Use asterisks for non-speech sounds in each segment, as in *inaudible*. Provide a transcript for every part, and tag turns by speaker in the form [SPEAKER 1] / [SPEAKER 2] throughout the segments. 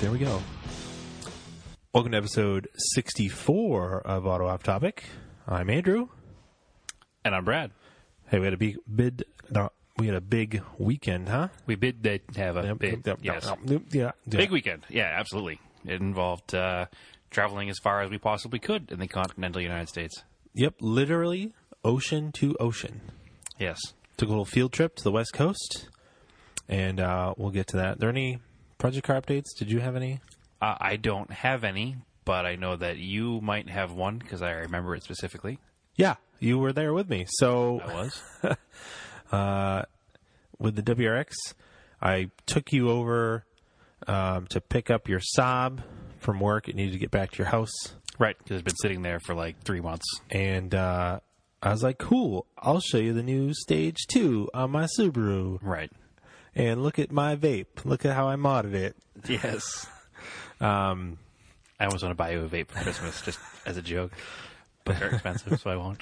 [SPEAKER 1] There we go. Welcome to episode 64 of Auto Off Topic. I'm Andrew.
[SPEAKER 2] And I'm Brad.
[SPEAKER 1] Hey, we had a big bid. No, we had a big weekend, huh?
[SPEAKER 2] We bid they have a big, yes.
[SPEAKER 1] yeah, yeah.
[SPEAKER 2] big weekend. Yeah, absolutely. It involved uh, traveling as far as we possibly could in the continental United States.
[SPEAKER 1] Yep, literally ocean to ocean.
[SPEAKER 2] Yes.
[SPEAKER 1] Took a little field trip to the West Coast, and uh, we'll get to that. there any project car updates? Did you have any?
[SPEAKER 2] Uh, I don't have any, but I know that you might have one because I remember it specifically.
[SPEAKER 1] Yeah, you were there with me. So
[SPEAKER 2] I was.
[SPEAKER 1] with the WRX, I took you over um, to pick up your Saab from work. It needed to get back to your house.
[SPEAKER 2] right, because it's been sitting there for like three months.
[SPEAKER 1] and uh, I was like, "Cool, I'll show you the new stage two on my Subaru,
[SPEAKER 2] Right.
[SPEAKER 1] and look at my vape. Look at how I modded it."
[SPEAKER 2] *laughs* Yes. um, I almost want to buy you a vape for Christmas just as a joke, but *laughs* they're expensive, so I won't.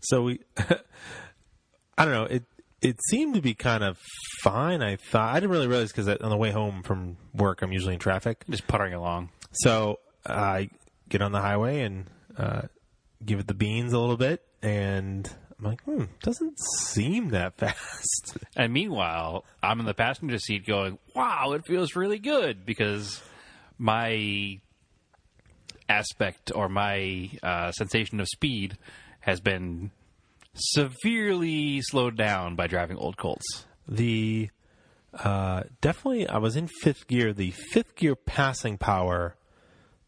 [SPEAKER 1] So we, *laughs* I don't know. It it seemed to be kind of fine. I thought I didn't really realize because on the way home from work, I'm usually in traffic.
[SPEAKER 2] Just puttering along.
[SPEAKER 1] So I get on the highway and uh, give it the beans a little bit, and I'm like, "Hmm, doesn't seem that *laughs* fast."
[SPEAKER 2] And meanwhile, I'm in the passenger seat going, wow, it feels really good because my aspect or my uh, sensation of speed has been severely slowed down by driving old Colts.
[SPEAKER 1] the uh, definitely I was in fifth gear. The fifth gear passing power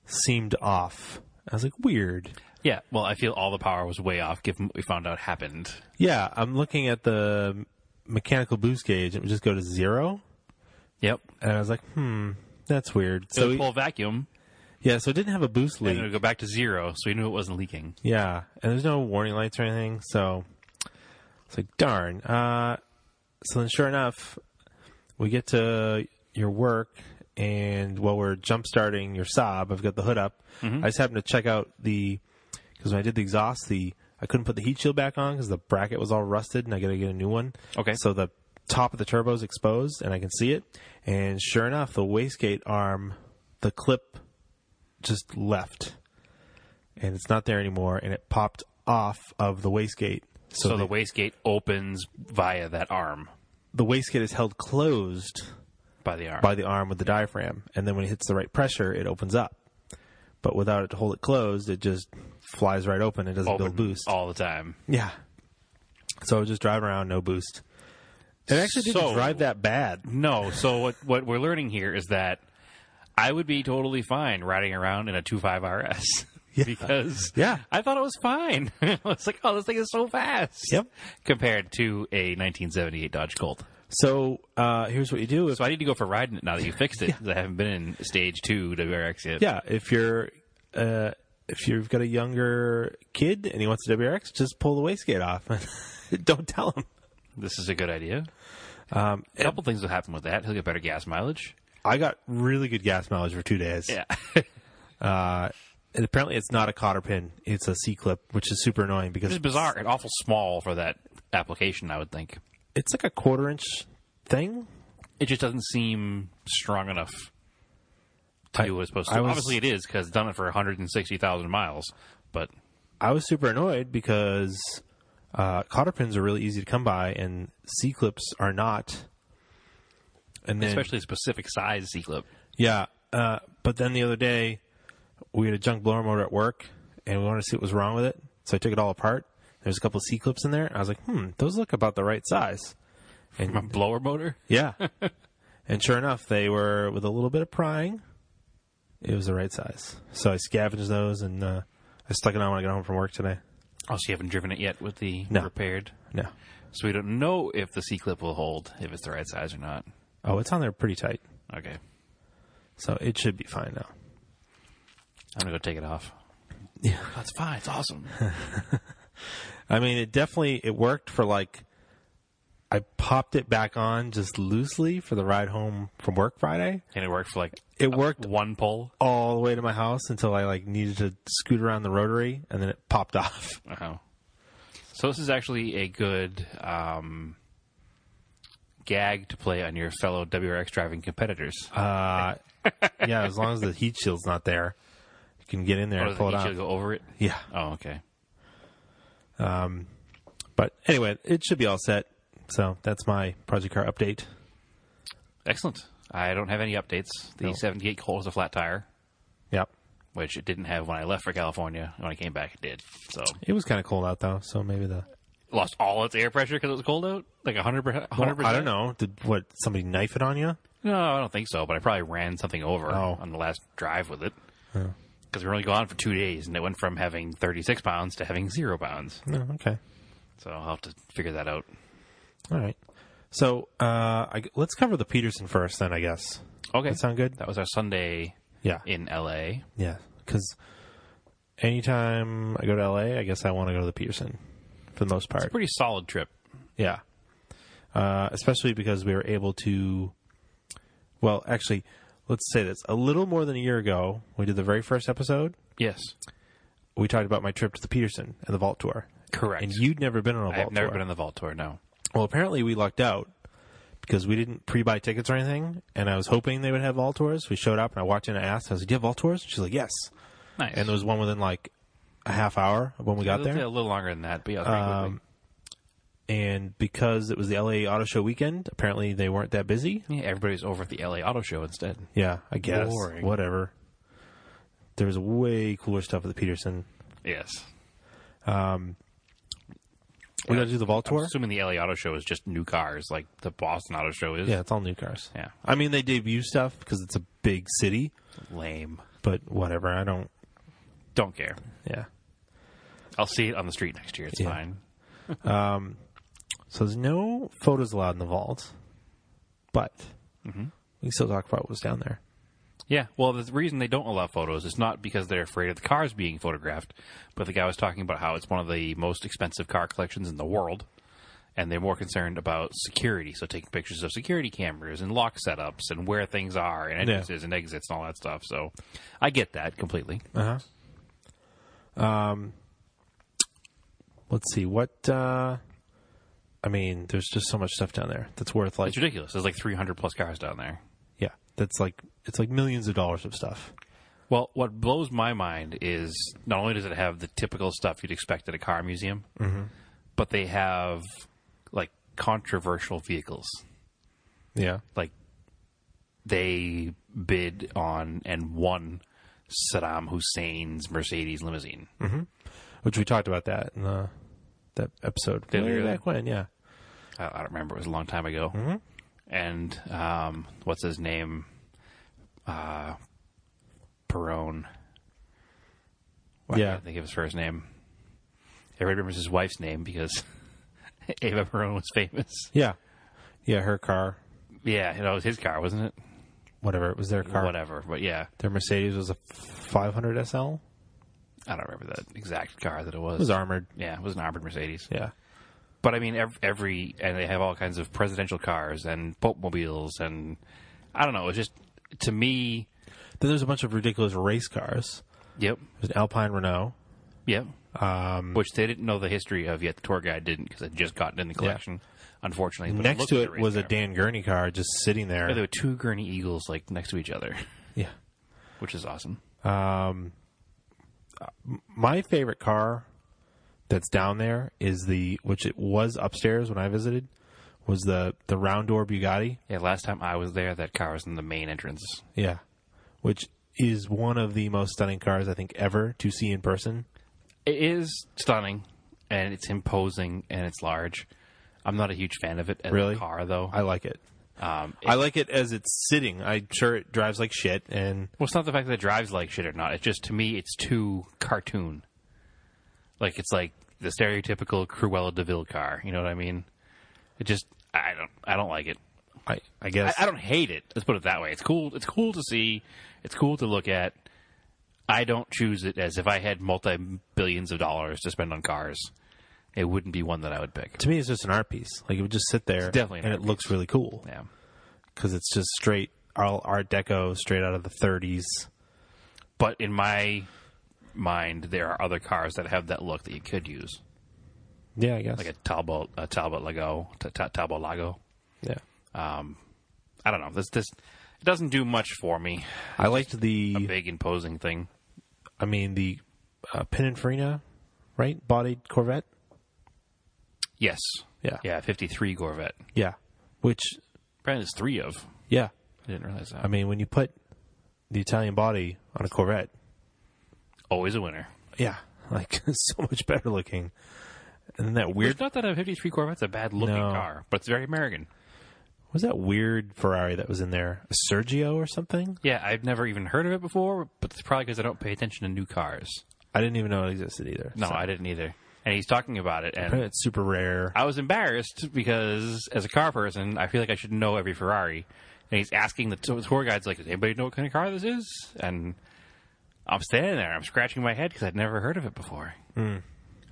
[SPEAKER 1] seemed off. I was like, weird.
[SPEAKER 2] Yeah, well, I feel all the power was way off given what we found out happened.
[SPEAKER 1] Yeah, I'm looking at the mechanical boost gauge. It would just go to zero,
[SPEAKER 2] Yep.
[SPEAKER 1] and I was like, hmm, that's weird.
[SPEAKER 2] So
[SPEAKER 1] So
[SPEAKER 2] we
[SPEAKER 1] we-
[SPEAKER 2] pull vacuum
[SPEAKER 1] yeah, so it didn't have a boost
[SPEAKER 2] and it
[SPEAKER 1] leak.
[SPEAKER 2] would go back to zero, so we knew it wasn't leaking.
[SPEAKER 1] Yeah, and there's no warning lights or anything. So it's like, darn. Uh, so then, sure enough, we get to your work, and while we're jump starting your Saab, I've got the hood up. I just happened to check out the because when I did the exhaust, the I couldn't put the heat shield back on because the bracket was all rusted, and I got to get a new one.
[SPEAKER 2] Okay.
[SPEAKER 1] So the top of the turbo is exposed, and I can see it. And sure enough, the wastegate arm, the clip, just left, and it's not there anymore, and it popped off of the wastegate.
[SPEAKER 2] So,
[SPEAKER 1] So, the
[SPEAKER 2] the wastegate opens via that arm,
[SPEAKER 1] the wastegate is held closed
[SPEAKER 2] by the arm.
[SPEAKER 1] by the arm with the diaphragm, and then when it hits the right pressure, it opens up. But without it to hold it closed, it just flies right open. It doesn't build
[SPEAKER 2] open Oh.
[SPEAKER 1] boost.
[SPEAKER 2] all the time.
[SPEAKER 1] yeah. So I was just driving around, no boost. It actually didn't
[SPEAKER 2] So-
[SPEAKER 1] drive that bad.
[SPEAKER 2] No. So what what we're learning here is that I would be totally fine riding around in a 2.5 RS. Because
[SPEAKER 1] *laughs* Yeah.
[SPEAKER 2] I thought it was fine. *laughs* I was like, oh, this thing is so fast.
[SPEAKER 1] Yep.
[SPEAKER 2] Compared to a 1978 Dodge Colt.
[SPEAKER 1] So uh, here's what you do. If,
[SPEAKER 2] So I need to go for riding it now that you fixed it. 'cause I haven't been in stage two WRX yet.
[SPEAKER 1] yeah, if you're uh, if you've got a younger kid and he wants a WRX, just pull the wastegate off. *laughs* Don't tell him.
[SPEAKER 2] This is a good idea. Um, a couple things will happen with that. He'll get better gas mileage.
[SPEAKER 1] I got really good gas mileage for two days.
[SPEAKER 2] Yeah.
[SPEAKER 1] And apparently, it's not a cotter pin; it's a C clip, which is super annoying because
[SPEAKER 2] It's bizarre and awful small for that application, I would think.
[SPEAKER 1] it's like a quarter inch thing.
[SPEAKER 2] it just doesn't seem strong enough to do what it's supposed to.
[SPEAKER 1] I
[SPEAKER 2] do.
[SPEAKER 1] was-
[SPEAKER 2] Obviously, it is because it's done it for 160,000 miles. But
[SPEAKER 1] I was super annoyed because uh, cotter pins are really easy to come by, and C clips are not. And then,
[SPEAKER 2] especially a specific size C clip.
[SPEAKER 1] yeah, uh, but then the other day we had a junk blower motor at work, and we wanted to see what was wrong with it, so I took it all apart. There's a couple C clips in there. I was like, hmm, those look about the right size.
[SPEAKER 2] A blower motor?
[SPEAKER 1] Yeah, *laughs* and sure enough, they were with a little bit of prying. It was the right size, so I scavenged those and uh, I stuck it on when I got home from work today.
[SPEAKER 2] Oh, so you haven't driven it yet with the
[SPEAKER 1] No.
[SPEAKER 2] repaired?
[SPEAKER 1] No.
[SPEAKER 2] So we don't know if the C clip will hold, if it's the right size or not.
[SPEAKER 1] Oh, it's on there pretty tight.
[SPEAKER 2] Okay.
[SPEAKER 1] So it should be fine now.
[SPEAKER 2] I'm going to go take it off.
[SPEAKER 1] Yeah.
[SPEAKER 2] That's fine.
[SPEAKER 1] *laughs*
[SPEAKER 2] It's awesome.
[SPEAKER 1] I mean, it definitely it worked for like I popped it back on just loosely for the ride home from work Friday.
[SPEAKER 2] and it worked for like
[SPEAKER 1] It worked
[SPEAKER 2] one pull.
[SPEAKER 1] all the way to my house until I like needed to scoot around the rotary and then it popped *laughs* off.
[SPEAKER 2] Uh-huh. So this is actually a good um, gag to play on your fellow WRX driving competitors.
[SPEAKER 1] Uh, yeah, as long as the heat shield's not there, you can get in there
[SPEAKER 2] Or
[SPEAKER 1] and pull it
[SPEAKER 2] does each
[SPEAKER 1] out.
[SPEAKER 2] go over it?
[SPEAKER 1] Yeah.
[SPEAKER 2] Oh, okay.
[SPEAKER 1] But anyway, it should be all set. So that's my project car update.
[SPEAKER 2] Excellent. I don't have any updates. The
[SPEAKER 1] No.
[SPEAKER 2] 78 Colt is a flat tire,
[SPEAKER 1] Yep.
[SPEAKER 2] which it didn't have when I left for California. When I came back, it did. So
[SPEAKER 1] It was kind of cold out though, so maybe the
[SPEAKER 2] lost all its air pressure because it was cold out. Like 100%. 100%.
[SPEAKER 1] I don't know. Did what somebody knife it on you?
[SPEAKER 2] No, I don't think so. But I probably ran something over
[SPEAKER 1] Oh.
[SPEAKER 2] on the last drive with it because we were only gone for two days, and it went from having 36 pounds to having zero pounds.
[SPEAKER 1] No. Okay.
[SPEAKER 2] So I'll have to figure that out.
[SPEAKER 1] All right. So uh, I g let's cover the Peterson first, then I guess.
[SPEAKER 2] Okay,
[SPEAKER 1] That sound good?
[SPEAKER 2] that was our Sunday
[SPEAKER 1] Yeah.
[SPEAKER 2] in L.A.
[SPEAKER 1] Yeah. Because anytime I go to LA, I guess I want to go to the Peterson for the most part.
[SPEAKER 2] Pretty solid trip.
[SPEAKER 1] Yeah. Uh, especially because we were able to, well, actually, let's say this. A little more than a year ago, we did the very first episode.
[SPEAKER 2] Yes,
[SPEAKER 1] We talked about my trip to the Peterson and the Vault Tour.
[SPEAKER 2] correct.
[SPEAKER 1] And you'd never been on a Vault
[SPEAKER 2] I've never
[SPEAKER 1] Tour.
[SPEAKER 2] been on the vault tour. No.
[SPEAKER 1] well, apparently we lucked out because we didn't pre-buy tickets or anything. And I was hoping they would have Vault Tours. We showed up and I walked in and asked, I was like, do you have Vault Tours? She's like, yes.
[SPEAKER 2] Nice.
[SPEAKER 1] And there was one within like a half hour of when we got
[SPEAKER 2] It'll
[SPEAKER 1] there.
[SPEAKER 2] take a little longer than that, but yeah, it was pretty
[SPEAKER 1] Um, and because it was the LA Auto Show weekend, apparently they weren't that busy.
[SPEAKER 2] quickly. Yeah, everybody's over at the LA Auto Show instead.
[SPEAKER 1] Yeah, I guess.
[SPEAKER 2] Boring.
[SPEAKER 1] Whatever. There's way cooler stuff at the Peterson.
[SPEAKER 2] Yes.
[SPEAKER 1] We
[SPEAKER 2] Yeah.
[SPEAKER 1] got to do the Vault Tour.
[SPEAKER 2] Assuming the LA Auto Show is just new cars, like the Boston Auto Show is.
[SPEAKER 1] Yeah, it's all new cars.
[SPEAKER 2] Yeah.
[SPEAKER 1] I mean, they debut stuff because it's a big city,
[SPEAKER 2] Lame.
[SPEAKER 1] but whatever. I don't.
[SPEAKER 2] Don't care.
[SPEAKER 1] Yeah.
[SPEAKER 2] I'll see it on the street next year. It's
[SPEAKER 1] Yeah.
[SPEAKER 2] fine.
[SPEAKER 1] So there's no photos allowed in the vault, but
[SPEAKER 2] Mm-hmm.
[SPEAKER 1] we can still talk about what was down there.
[SPEAKER 2] Yeah. Well, the reason they don't allow photos is not because they're afraid of the cars being photographed, but the guy was talking about how it's one of the most expensive car collections in the world, and they're more concerned about security. So taking pictures of security cameras and lock setups and where things are and
[SPEAKER 1] Yeah.
[SPEAKER 2] entrances and exits and all that stuff. So I get that completely.
[SPEAKER 1] Uh huh. Um, let's see what. Uh, I mean, there's just so much stuff down there that's worth like,
[SPEAKER 2] It's ridiculous. There's like 300 plus cars down there.
[SPEAKER 1] yeah, that's like it's like millions of dollars of stuff.
[SPEAKER 2] Well, what blows my mind is not only does it have the typical stuff you'd expect at a car museum, but they have like controversial vehicles.
[SPEAKER 1] Yeah.
[SPEAKER 2] Like they bid on and won Saddam Hussein's Mercedes limousine.
[SPEAKER 1] Hmm. Which we talked about that in the that episode
[SPEAKER 2] Did we
[SPEAKER 1] way
[SPEAKER 2] really?
[SPEAKER 1] back when. Yeah.
[SPEAKER 2] I, I don't remember; it was a long time ago.
[SPEAKER 1] Mm-hmm.
[SPEAKER 2] And um, what's his name? Uh, Perone. Why
[SPEAKER 1] Yeah.
[SPEAKER 2] can't I think of his first name. Everybody remembers his wife's name because *laughs* Ava Perone was famous.
[SPEAKER 1] Yeah. Yeah. Her car,
[SPEAKER 2] Yeah, you know, it was his car, wasn't it?
[SPEAKER 1] whatever it was, their car.
[SPEAKER 2] Whatever, but yeah,
[SPEAKER 1] Their Mercedes was a 500 SL. It
[SPEAKER 2] I don't remember that exact car that it was.
[SPEAKER 1] was armored.
[SPEAKER 2] Yeah, it was an armored Mercedes.
[SPEAKER 1] Yeah.
[SPEAKER 2] But I mean, every, every and they have all kinds of presidential cars and Pope mobiles and I don't know. It's just to me,
[SPEAKER 1] Then there's a bunch of ridiculous race cars.
[SPEAKER 2] yep,
[SPEAKER 1] There's an Alpine Renault.
[SPEAKER 2] yep. Um, Which they didn't know the history of yet. The tour guide didn't because it just got in the collection, unfortunately. but
[SPEAKER 1] Next
[SPEAKER 2] looked
[SPEAKER 1] to
[SPEAKER 2] like
[SPEAKER 1] it
[SPEAKER 2] race
[SPEAKER 1] was a
[SPEAKER 2] car.
[SPEAKER 1] Dan Gurney car just sitting there.
[SPEAKER 2] Yeah, there were two Gurney Eagles like next to each other, *laughs*
[SPEAKER 1] Yeah.
[SPEAKER 2] which is awesome.
[SPEAKER 1] My favorite car that's down there is the which it was upstairs when I visited was the the round door Bugatti.
[SPEAKER 2] Yeah, last time I was there, that car was in the main entrance.
[SPEAKER 1] Yeah. Which is one of the most stunning cars I think ever to see in person.
[SPEAKER 2] It is stunning, and it's imposing, and it's large. I'm not a huge fan of it as
[SPEAKER 1] Really?
[SPEAKER 2] a car, though.
[SPEAKER 1] I like it.
[SPEAKER 2] um, it-
[SPEAKER 1] I like it as it's sitting. I'm sure it drives like shit and
[SPEAKER 2] well, it's not the fact that it drives like shit or not. It's just to me, it's too cartoon. Like it's like the stereotypical Cruella Deville car. You know what I mean? It just I don't I don't like it.
[SPEAKER 1] I I
[SPEAKER 2] I,
[SPEAKER 1] guess
[SPEAKER 2] I don't hate it. Let's put it that way. It's cool. It's cool to see. It's cool to look at. I don't choose it as if I had multi billions of dollars to spend on cars. It wouldn't be one that I would pick.
[SPEAKER 1] to me it's just an art piece. Like it would just sit there
[SPEAKER 2] definitely an
[SPEAKER 1] and
[SPEAKER 2] art
[SPEAKER 1] it looks really cool
[SPEAKER 2] Yeah.
[SPEAKER 1] cuz it's just straight all art deco straight out of the 30s.
[SPEAKER 2] But in my mind, there are other cars that have that look that you could use,
[SPEAKER 1] Yeah, I guess.
[SPEAKER 2] like a Talbot, a Talbot Lago, Ta- Ta- Talbot Lago.
[SPEAKER 1] yeah.
[SPEAKER 2] Um, I don't know. This this it doesn't do much for me.
[SPEAKER 1] I liked the.
[SPEAKER 2] A big imposing thing.
[SPEAKER 1] I mean the uh, Pininfarina, right? Bodied Corvette.
[SPEAKER 2] Yes.
[SPEAKER 1] Yeah.
[SPEAKER 2] Yeah. Fifty three Corvette.
[SPEAKER 1] Yeah. Which
[SPEAKER 2] Brand is three of.
[SPEAKER 1] yeah,
[SPEAKER 2] I didn't realize that.
[SPEAKER 1] I mean when you put the Italian body on a Corvette,
[SPEAKER 2] Always a winner.
[SPEAKER 1] yeah, *laughs* like so much better looking. And then that
[SPEAKER 2] Weird.
[SPEAKER 1] weird
[SPEAKER 2] It's not that a fifty three Corvette's a bad looking
[SPEAKER 1] No.
[SPEAKER 2] car, but it's very American.
[SPEAKER 1] was that weird Ferrari that was in there, a Sergio or something.
[SPEAKER 2] Yeah, I've never even heard of it before, but it's probably because I don't pay attention to new cars.
[SPEAKER 1] I didn't even know it existed either.
[SPEAKER 2] No, I didn't either. And he's talking about it, and
[SPEAKER 1] it's super rare.
[SPEAKER 2] I was embarrassed because as a car person, I feel like I should know every Ferrari. And he's asking the t- tour guides, like, "Does anybody know what kind of car this is?" And I'm standing there, I'm scratching my head because I'd never heard of it before.
[SPEAKER 1] Hmm.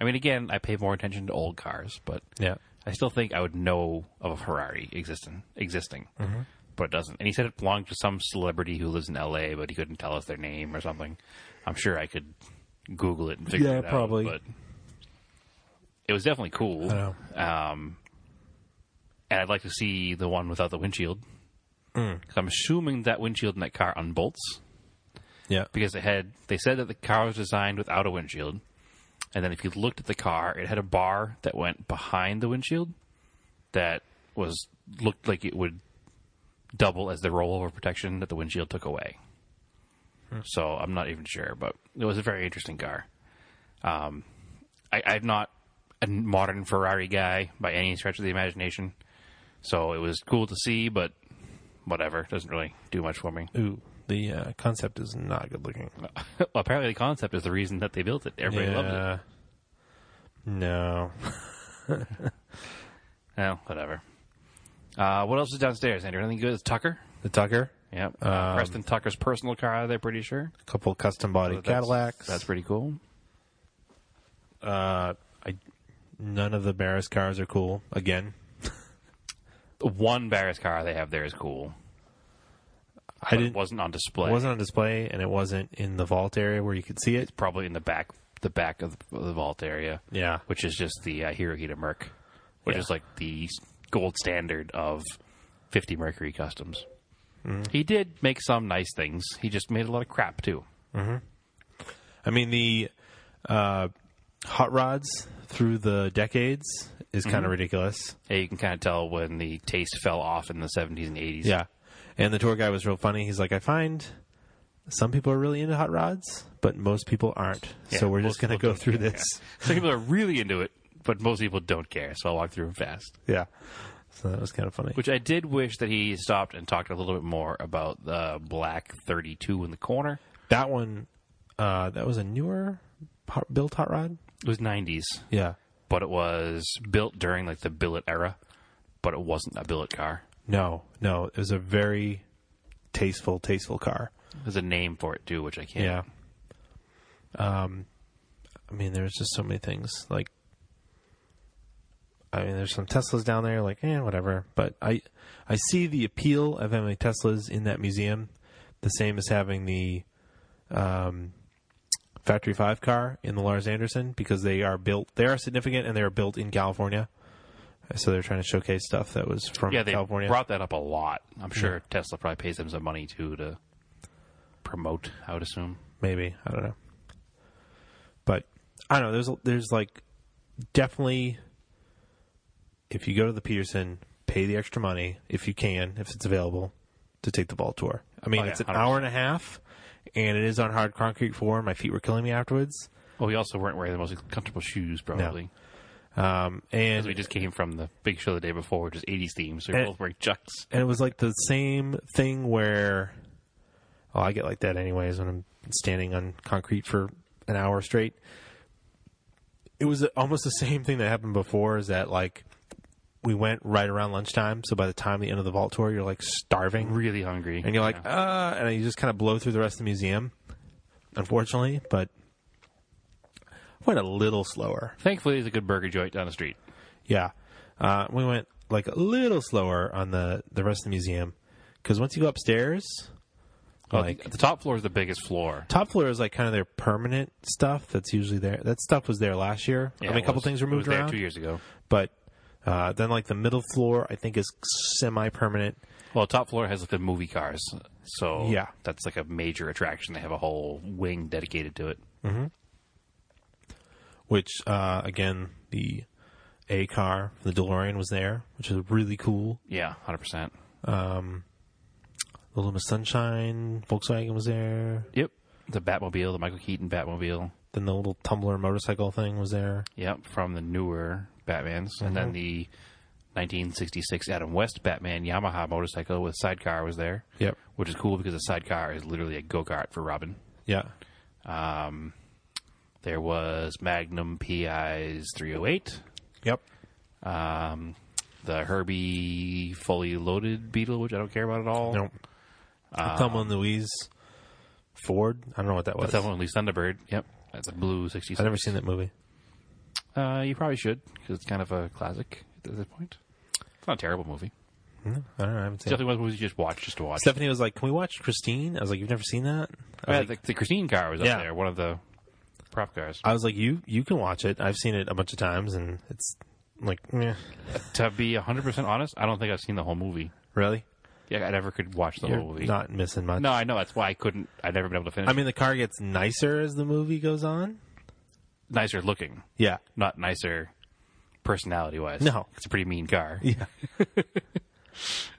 [SPEAKER 2] I mean, again, I pay more attention to old cars, but
[SPEAKER 1] Yeah.
[SPEAKER 2] I still think I would know of a Ferrari existing, existing,
[SPEAKER 1] Mm-hmm.
[SPEAKER 2] but it doesn't. And he said it belonged to some celebrity who lives in L.A., but he couldn't tell us their name or something. I'm sure I could Google it and figure
[SPEAKER 1] Yeah,
[SPEAKER 2] it out.
[SPEAKER 1] probably.
[SPEAKER 2] But it was definitely cool.
[SPEAKER 1] I know.
[SPEAKER 2] Um, and I'd like to see the one without the windshield. 'Cause I'm assuming that windshield in that car unbolts
[SPEAKER 1] Yeah.
[SPEAKER 2] because it had. They said that the car was designed without a windshield, and then if you looked at the car, it had a bar that went behind the windshield that was looked like it would double as the rollover protection that the windshield took away. So I'm not even sure, but it was a very interesting car. Um, I, I'm not a modern Ferrari guy by any stretch of the imagination, so it was cool to see, but whatever doesn't really do much for me.
[SPEAKER 1] Ooh, the uh, concept is not good looking.
[SPEAKER 2] Well, apparently the concept is the reason that they built it. Everybody loved it.
[SPEAKER 1] yeah. No.
[SPEAKER 2] Well, whatever. Uh, what else is downstairs, Andrew? Anything good? It's Tucker.
[SPEAKER 1] The Tucker,
[SPEAKER 2] Yep.
[SPEAKER 1] Um,
[SPEAKER 2] Preston Tucker's personal car. They're pretty sure.
[SPEAKER 1] a couple custom bodied
[SPEAKER 2] That's-
[SPEAKER 1] Cadillacs.
[SPEAKER 2] That's pretty cool.
[SPEAKER 1] None of the Maris cars are cool. Again,
[SPEAKER 2] The One Barris car they have there is cool.
[SPEAKER 1] I
[SPEAKER 2] But it
[SPEAKER 1] didn't.
[SPEAKER 2] wasn't on display.
[SPEAKER 1] It wasn't on display, and it wasn't in the vault area where you could see it.
[SPEAKER 2] probably in the back, the back of the, of the vault area.
[SPEAKER 1] Yeah.
[SPEAKER 2] Which is just the uh, Hirohita Merc, which
[SPEAKER 1] Yeah.
[SPEAKER 2] is like the s- gold standard of 50 Mercury customs.
[SPEAKER 1] Mm-hmm.
[SPEAKER 2] He did make some nice things. He just made a lot of crap too.
[SPEAKER 1] I mean, the uh, hot rods through the decades is
[SPEAKER 2] Mm-hmm.
[SPEAKER 1] kind of ridiculous.
[SPEAKER 2] Yeah, you can kind of tell when the taste fell off in the 70s and 80s.
[SPEAKER 1] Yeah. And the tour guy was real funny. He's like, I find some people are really into hot rods, but most people aren't.
[SPEAKER 2] Yeah,
[SPEAKER 1] so we're
[SPEAKER 2] most
[SPEAKER 1] just going to
[SPEAKER 2] people
[SPEAKER 1] go
[SPEAKER 2] don't
[SPEAKER 1] through
[SPEAKER 2] care.
[SPEAKER 1] this.
[SPEAKER 2] Some people are really into it, but most people don't care, so I'll walk through them fast.
[SPEAKER 1] Yeah. So that was kind of funny.
[SPEAKER 2] Which I did wish that he stopped and talked a little bit more about the black 32 in the corner.
[SPEAKER 1] That one, uh, that was a newer hot, built hot rod.
[SPEAKER 2] It was 90s,
[SPEAKER 1] Yeah.
[SPEAKER 2] but it was built during like the billet era, but it wasn't a billet car.
[SPEAKER 1] No, no, it was a very tasteful, tasteful car.
[SPEAKER 2] There's a name for it too, which I can't.
[SPEAKER 1] Yeah. Um, I mean, there's just so many things. Like, I mean, there's some Teslas down there. Like, eh, whatever. But I, I see the appeal of having Teslas in that museum, the same as having the, um, Factory Five car in the Lars Anderson because they are built. They are significant and they are built in California. So they're trying to showcase stuff that was from
[SPEAKER 2] Yeah, they
[SPEAKER 1] California.
[SPEAKER 2] brought that up a lot. I'm sure Tesla probably pays them some money too to promote, I would assume.
[SPEAKER 1] maybe I don't know. But I don't know. There's there's like definitely if you go to the Peterson, pay the extra money if you can, if it's available, to take the ball tour. I mean,
[SPEAKER 2] Oh, yeah,
[SPEAKER 1] it's an
[SPEAKER 2] 100%.
[SPEAKER 1] hour and a half, and it is on hard concrete floor. My feet were killing me afterwards.
[SPEAKER 2] Well, we also weren't wearing the most comfortable shoes, probably.
[SPEAKER 1] Um, and
[SPEAKER 2] Because we just came from the big show the day before, which is 80s themed, so we
[SPEAKER 1] And-
[SPEAKER 2] both wearing chucks.
[SPEAKER 1] and it was like the same thing where oh i get like that anyways when i'm standing on concrete for an hour straight it was almost the same thing that happened before is that like we went right around lunchtime so by the time the end of the vault tour you're like starving
[SPEAKER 2] Really hungry.
[SPEAKER 1] and you're like uh and you just kind of blow through the rest of the museum unfortunately but went a little slower
[SPEAKER 2] Thankfully, there's a good burger joint down the street.
[SPEAKER 1] yeah. Uh, we went like a little slower on the, the rest of the museum because once you go upstairs,
[SPEAKER 2] Well,
[SPEAKER 1] like
[SPEAKER 2] the, the top floor is the biggest floor.
[SPEAKER 1] top floor is like kind of their permanent stuff that's usually there. That stuff was there last year. I
[SPEAKER 2] Yeah,
[SPEAKER 1] mean, a
[SPEAKER 2] it
[SPEAKER 1] couple
[SPEAKER 2] was-
[SPEAKER 1] things were
[SPEAKER 2] it was
[SPEAKER 1] moved
[SPEAKER 2] there
[SPEAKER 1] around,
[SPEAKER 2] two years ago.
[SPEAKER 1] but Uh, then like the middle floor, I think is semi-permanent.
[SPEAKER 2] Well, top floor has like the movie cars, so
[SPEAKER 1] Yeah.
[SPEAKER 2] that's like a major attraction. They have a whole wing dedicated to it.
[SPEAKER 1] which uh, again the A car from the DeLorean was there, which is really cool.
[SPEAKER 2] Yeah, hundred percent.
[SPEAKER 1] Little Miss Sunshine, Volkswagen was there.
[SPEAKER 2] Yep, the Batmobile, the Michael Keaton Batmobile.
[SPEAKER 1] Then the little tumbler motorcycle thing was there.
[SPEAKER 2] Yep, from the newer Batmans,
[SPEAKER 1] Mm-hmm.
[SPEAKER 2] and then the 1966 Adam West Batman Yamaha motorcycle with sidecar was there.
[SPEAKER 1] Yep.
[SPEAKER 2] which is cool because the sidecar is literally a go kart for Robin.
[SPEAKER 1] Yeah.
[SPEAKER 2] There was Magnum PI's 308,
[SPEAKER 1] Yep.
[SPEAKER 2] the Herbie fully loaded Beetle, which I don't care about at all.
[SPEAKER 1] Nope.
[SPEAKER 2] Uh,
[SPEAKER 1] Thelma and Louise Ford. I don't know what that was.
[SPEAKER 2] That's definitely Thunderbird. Yep, that's a blue 66.
[SPEAKER 1] I've never seen that movie.
[SPEAKER 2] Uh, you probably should because it's kind of a classic at this point. It's not a terrible movie.
[SPEAKER 1] I don't know. I haven't
[SPEAKER 2] It's
[SPEAKER 1] seen it.
[SPEAKER 2] definitely one of those movies you just watch just to watch.
[SPEAKER 1] Stephanie was like, "Can we watch Christine?" I was like, "You've never seen that?" I
[SPEAKER 2] Yeah,
[SPEAKER 1] was,
[SPEAKER 2] the,
[SPEAKER 1] like,
[SPEAKER 2] the Christine car was up
[SPEAKER 1] Yeah.
[SPEAKER 2] there, one of the prop cars.
[SPEAKER 1] I was like, "You you can watch it. I've seen it a bunch of times, and it's like, meh.
[SPEAKER 2] to be 100% honest, I don't think I've seen the whole movie.
[SPEAKER 1] really,
[SPEAKER 2] Yeah, I never could watch the whole
[SPEAKER 1] you're
[SPEAKER 2] movie.
[SPEAKER 1] not missing much."
[SPEAKER 2] No, I know. That's why I couldn't. I've never been able to finish.
[SPEAKER 1] I mean, the car gets nicer as the movie goes on.
[SPEAKER 2] nicer looking,
[SPEAKER 1] Yeah.
[SPEAKER 2] not nicer personality wise.
[SPEAKER 1] No.
[SPEAKER 2] It's a pretty mean car.
[SPEAKER 1] Yeah.
[SPEAKER 2] *laughs*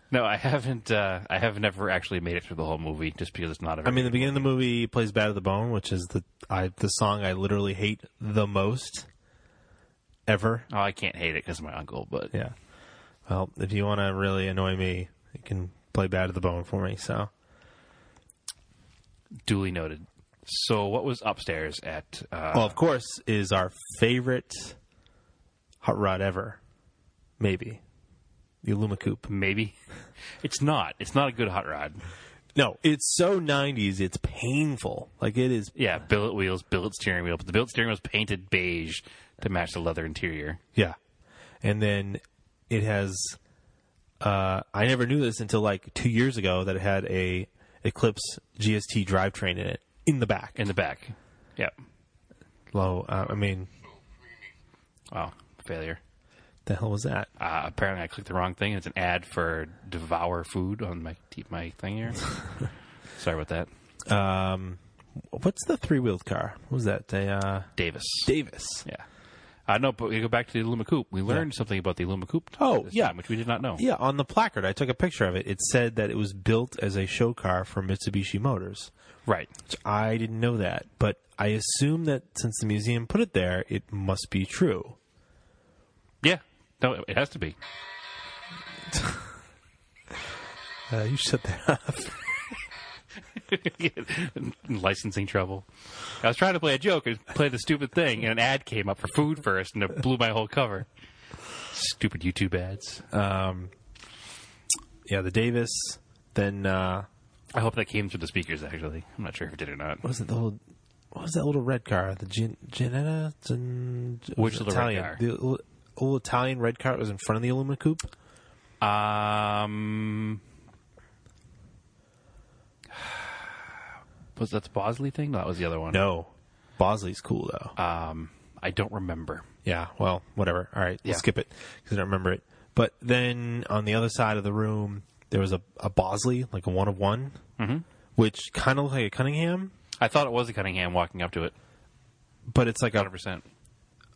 [SPEAKER 2] No, I haven't. Uh, I have never actually made it through the whole movie just because it's not a.
[SPEAKER 1] I mean, the beginning of the movie he plays "Bad of the Bone," which is the I the song I literally hate the most ever.
[SPEAKER 2] oh, I can't hate it because my uncle, but
[SPEAKER 1] Yeah. Well, if you want to really annoy me, you can play "Bad of the Bone" for me. So
[SPEAKER 2] duly noted. So, what was upstairs at? Uh,
[SPEAKER 1] well, of course, is our favorite hot rod ever, maybe the Illumicoop.
[SPEAKER 2] maybe *laughs* it's not. It's not a good hot rod.
[SPEAKER 1] No, it's so '90s, it's painful. Like it is.
[SPEAKER 2] Yeah, billet wheels, billet steering wheel, but the billet steering wheel was painted beige to match the leather interior.
[SPEAKER 1] Yeah, and then it has. Uh, I never knew this until like two years ago that it had a Eclipse GST drivetrain in it in the back.
[SPEAKER 2] in the back. Yeah.
[SPEAKER 1] low, uh, I mean,
[SPEAKER 2] Wow. Failure.
[SPEAKER 1] the hell was that?
[SPEAKER 2] Uh, apparently, I clicked the wrong thing. It's an ad for Devour Food on my my
[SPEAKER 1] *laughs*
[SPEAKER 2] thing here. Sorry about that.
[SPEAKER 1] What's the three wheeled car? What was that? The uh,
[SPEAKER 2] Davis.
[SPEAKER 1] Davis.
[SPEAKER 2] yeah. Uh, no, but we go back to the Illuma Coupe. We learned something about the Illuma Coupe.
[SPEAKER 1] Oh,
[SPEAKER 2] this
[SPEAKER 1] yeah.
[SPEAKER 2] time, which we did not know.
[SPEAKER 1] Yeah, on the placard, I took a picture of it. It said that it was built as a show car for Mitsubishi Motors.
[SPEAKER 2] Right.
[SPEAKER 1] which I didn't know that, but I assume that since the museum put it there, it must be true.
[SPEAKER 2] Yeah. No, it- it has to be.
[SPEAKER 1] Uh, you shut that up.
[SPEAKER 2] *laughs* Licensing trouble. I was trying to play a joke and play the stupid thing, and an ad came up for food first, and it blew my whole cover. Stupid YouTube ads.
[SPEAKER 1] Um, Yeah, the Davis. Then uh,
[SPEAKER 2] I hope that came through the speakers. Actually, I'm not sure if it did or not.
[SPEAKER 1] what was it? The little, what was that little red car? The Gen- Genetta? Gen- it was
[SPEAKER 2] Which little red
[SPEAKER 1] Italian?
[SPEAKER 2] car?
[SPEAKER 1] The little, little Italian red car that was in front of the aluminum coupe.
[SPEAKER 2] Um, was that the Bosley thing? No, that was the other one. Um,
[SPEAKER 1] No, Bosley's cool though.
[SPEAKER 2] I don't remember.
[SPEAKER 1] yeah, well, whatever. All right, we'll
[SPEAKER 2] Yeah.
[SPEAKER 1] skip it because I don't remember it. But then on the other side of the room, there was a, a Bosley, like a one of one,
[SPEAKER 2] Mm-hmm.
[SPEAKER 1] which kind of looked like a Cunningham,
[SPEAKER 2] I thought it was a Cunningham walking up to it.
[SPEAKER 1] but it's like a
[SPEAKER 2] Hundred percent.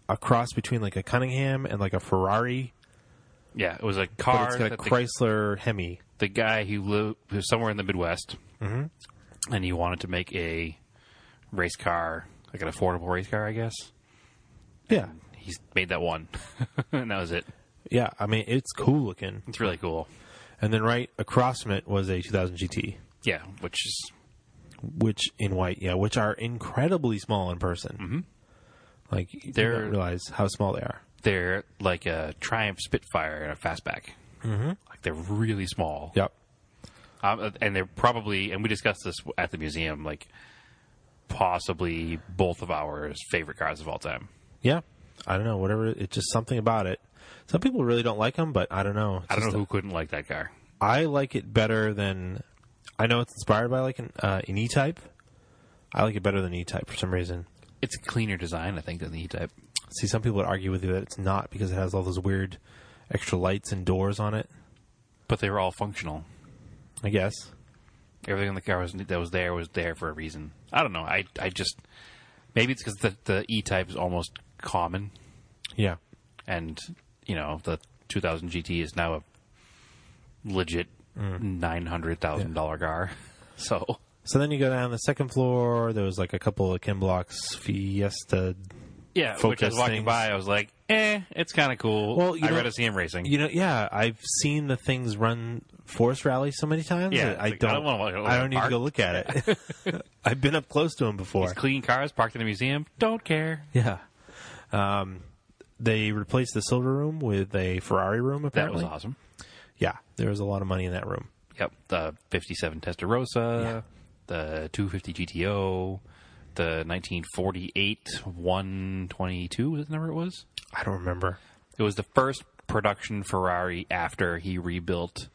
[SPEAKER 1] a cross between like a Cunningham and like a Ferrari,
[SPEAKER 2] Yeah, it was a
[SPEAKER 1] but
[SPEAKER 2] car.
[SPEAKER 1] it's got a
[SPEAKER 2] that the,
[SPEAKER 1] Chrysler Hemi.
[SPEAKER 2] the guy who lived who was somewhere in the Midwest, and he wanted to make a race car, like an affordable race car, I guess.
[SPEAKER 1] Yeah,
[SPEAKER 2] He's made that one, *laughs* and that was it.
[SPEAKER 1] yeah. I mean, it's cool looking.
[SPEAKER 2] It's really cool.
[SPEAKER 1] And then right across from it was a 2000 GT,
[SPEAKER 2] Yeah, which is
[SPEAKER 1] which in white, yeah, which are incredibly small in person. Mm-hmm. Like you
[SPEAKER 2] They're-
[SPEAKER 1] don't realize how small they are.
[SPEAKER 2] they're like a Triumph Spitfire and a fastback. Mm-hmm. Like they're really small.
[SPEAKER 1] Yep.
[SPEAKER 2] Um, and they're probably, and we discussed this at the museum, like possibly both of our favorite cars of all time.
[SPEAKER 1] Yeah. I don't know. Whatever. It's just something about it. Some people really don't like them, but I don't know. It's
[SPEAKER 2] I don't know
[SPEAKER 1] just-
[SPEAKER 2] who couldn't like that car.
[SPEAKER 1] I like it better than. I know it's inspired by like an uh, an E Type. I like it better than E Type for some reason.
[SPEAKER 2] It's a cleaner design, I think, than the E-Type.
[SPEAKER 1] See, some people would argue with you that it's not because it has all those weird extra lights and doors on it.
[SPEAKER 2] But they were all functional.
[SPEAKER 1] I guess.
[SPEAKER 2] Everything in the car was, that was there was there for a reason. I don't know. I I just maybe it's because the the E type is almost common,
[SPEAKER 1] Yeah.
[SPEAKER 2] and you know the 2000 GT is now a legit nine hundred thousand dollar car. *laughs* So
[SPEAKER 1] So then you go down the second floor. There was like a couple of Ken Block's Fiesta.
[SPEAKER 2] yeah, which I was
[SPEAKER 1] Focus
[SPEAKER 2] walking
[SPEAKER 1] things.
[SPEAKER 2] by, I was like, eh, it's kind of cool.
[SPEAKER 1] Well, you
[SPEAKER 2] I'd
[SPEAKER 1] know-
[SPEAKER 2] rather see him racing.
[SPEAKER 1] You know, yeah, I've seen the things run Force Rally so many times. that
[SPEAKER 2] Yeah, it's
[SPEAKER 1] I,
[SPEAKER 2] like, I
[SPEAKER 1] don't,
[SPEAKER 2] don't wanna look at- look
[SPEAKER 1] I
[SPEAKER 2] at
[SPEAKER 1] don't need to
[SPEAKER 2] Bart.
[SPEAKER 1] go look at it.
[SPEAKER 2] *laughs*
[SPEAKER 1] *laughs* I've been up close to him before.
[SPEAKER 2] He's clean cars parked in a museum. Don't care.
[SPEAKER 1] Yeah. Um, they replaced the silver room with a Ferrari room.
[SPEAKER 2] That was
[SPEAKER 1] Apparently,
[SPEAKER 2] awesome.
[SPEAKER 1] yeah, there was a lot of money in that room.
[SPEAKER 2] Yep, the 57 Testarossa, the 250 GTO, the 1948 122 was the number it was.
[SPEAKER 1] I don't remember.
[SPEAKER 2] It was the first production Ferrari after he rebuilt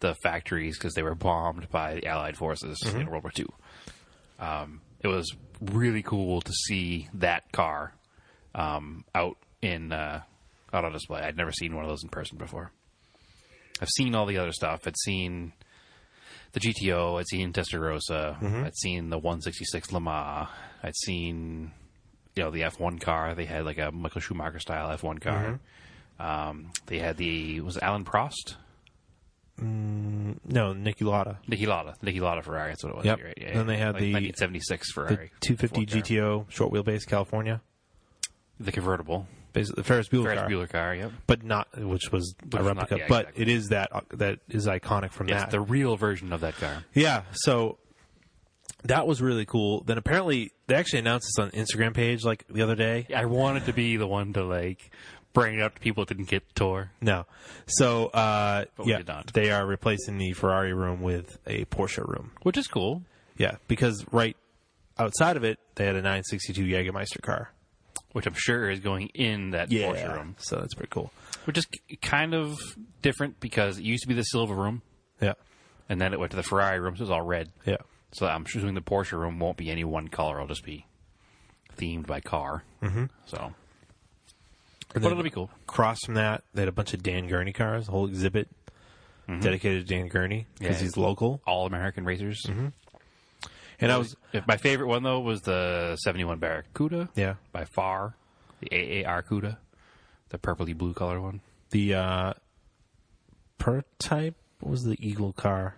[SPEAKER 2] the factories because they were bombed by the Allied forces in World War II. Um, it was really cool to see that car um, out in uh, out on display. I'd never seen one of those in person before. I've seen all the other stuff. I'd seen the GTO. I'd seen Testarossa. I'd seen the 166 Le Mans. I'd seen you know the F1 car. They had like a Michael Schumacher style F1 car. Um, they had the was it Alan Prost,
[SPEAKER 1] No, Nicky Lauda,
[SPEAKER 2] Niki Lauda, Niki Lauda Ferrari. That's what it was.
[SPEAKER 1] Yep.
[SPEAKER 2] you're
[SPEAKER 1] Then they had
[SPEAKER 2] Like
[SPEAKER 1] the-
[SPEAKER 2] 1976 Ferrari,
[SPEAKER 1] two fifty
[SPEAKER 2] F1 car.
[SPEAKER 1] GTO short wheelbase California,
[SPEAKER 2] the convertible,
[SPEAKER 1] basically the Ferris Bueller
[SPEAKER 2] Ferris
[SPEAKER 1] car,
[SPEAKER 2] Bueller car. Yep,
[SPEAKER 1] but not which was
[SPEAKER 2] was
[SPEAKER 1] a
[SPEAKER 2] not-
[SPEAKER 1] replica.
[SPEAKER 2] yeah,
[SPEAKER 1] but
[SPEAKER 2] exactly.
[SPEAKER 1] it is that uh, that is iconic from
[SPEAKER 2] yes,
[SPEAKER 1] that.
[SPEAKER 2] the real version of that car.
[SPEAKER 1] Yeah, so that was really cool. Then apparently they actually announced this on Instagram page like the other day.
[SPEAKER 2] I wanted to be the one to like bring it up to people that didn't get the tour.
[SPEAKER 1] No. So uh
[SPEAKER 2] we
[SPEAKER 1] yeah,
[SPEAKER 2] did not.
[SPEAKER 1] they are replacing the Ferrari room with a Porsche room.
[SPEAKER 2] which is cool.
[SPEAKER 1] Yeah, because right outside of it they had a 962 Jägermeister car.
[SPEAKER 2] Which I'm sure is going in that Porsche room,
[SPEAKER 1] So that's pretty cool.
[SPEAKER 2] which is k- kind of different because it used to be the silver room,
[SPEAKER 1] Yeah.
[SPEAKER 2] and then it went to the Ferrari room, so it's all red.
[SPEAKER 1] Yeah.
[SPEAKER 2] So I'm assuming the Porsche room won't be any one color; it'll just be themed by car. Mm-hmm. So,
[SPEAKER 1] And
[SPEAKER 2] but
[SPEAKER 1] then
[SPEAKER 2] it'll be cool.
[SPEAKER 1] across from that they had a bunch of Dan Gurney cars, a whole exhibit dedicated to Dan Gurney because
[SPEAKER 2] Mm-hmm. Yeah.
[SPEAKER 1] he's local.
[SPEAKER 2] All American racers.
[SPEAKER 1] Mm-hmm. And I was
[SPEAKER 2] If my favorite one though was the '71 Barracuda.
[SPEAKER 1] yeah,
[SPEAKER 2] by far the AAR Cuda, the purpley blue colored one.
[SPEAKER 1] the uh prototype what was the Eagle car?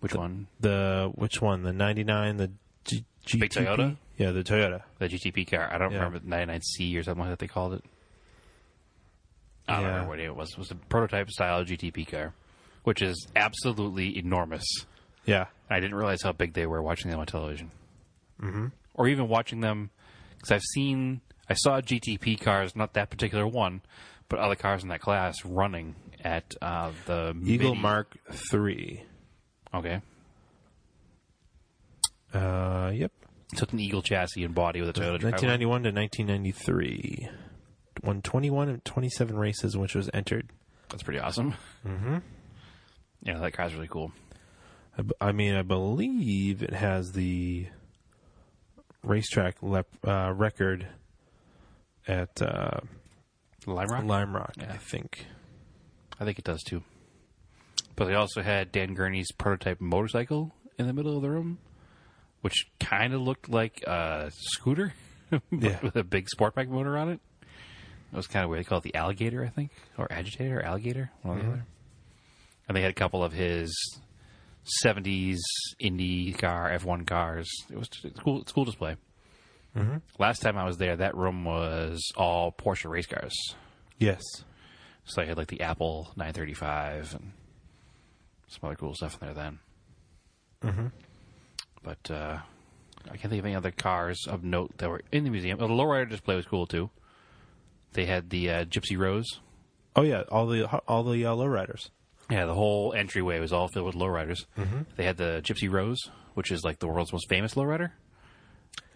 [SPEAKER 2] Which one?
[SPEAKER 1] The which one? The 99 the G- GTP?
[SPEAKER 2] Big Toyota?
[SPEAKER 1] Yeah, the Toyota.
[SPEAKER 2] The GTP car. I don't
[SPEAKER 1] Yeah.
[SPEAKER 2] remember the 99C or something like that they called it. I don't
[SPEAKER 1] Yeah.
[SPEAKER 2] remember what it was. It was a prototype style GTP car, which is absolutely enormous.
[SPEAKER 1] Yeah.
[SPEAKER 2] I didn't realize how big they were watching them on television, mm-hmm. or even watching them because I've seen I saw GTP cars, not that particular one, but other cars in that class running at uh, the
[SPEAKER 1] Eagle
[SPEAKER 2] Midi-
[SPEAKER 1] Mark Three.
[SPEAKER 2] Okay,
[SPEAKER 1] Uh, yep.
[SPEAKER 2] so it's an Eagle chassis and body with a Toyota. driveline.
[SPEAKER 1] 1991 to 1993. Won 21 of 27 races, in which was entered.
[SPEAKER 2] That's pretty awesome. Mm-hmm. Yeah, that car's really cool.
[SPEAKER 1] I, b- I mean, I believe it has the racetrack lep, uh, record at uh,
[SPEAKER 2] Lime Rock?
[SPEAKER 1] Lime Rock,
[SPEAKER 2] Yeah.
[SPEAKER 1] I think.
[SPEAKER 2] I think it does too. But they also had Dan Gurney's prototype motorcycle in the middle of the room, which kind of looked like a scooter *laughs* but
[SPEAKER 1] Yeah.
[SPEAKER 2] with a big sport bike motor on it. That was kind of weird. They call it the alligator, I think, or agitator, or alligator, one or the other. And they had a couple of his '70s indie car, F1 cars. It was it's a cool. It's a cool display. Last time I was there, that room was all Porsche race cars.
[SPEAKER 1] Yes.
[SPEAKER 2] So I had like the Apple 935 and some other cool stuff in there then. Mm-hmm. But uh, I can't think of any other cars of note that were in the museum. Oh, the lowrider display was cool too. They had the uh, Gypsy Rose.
[SPEAKER 1] Oh yeah, all the all the uh, lowriders.
[SPEAKER 2] Yeah, the whole entryway was all filled with lowriders. Mm-hmm. They had the Gypsy Rose, which is like the world's most famous lowrider. Um,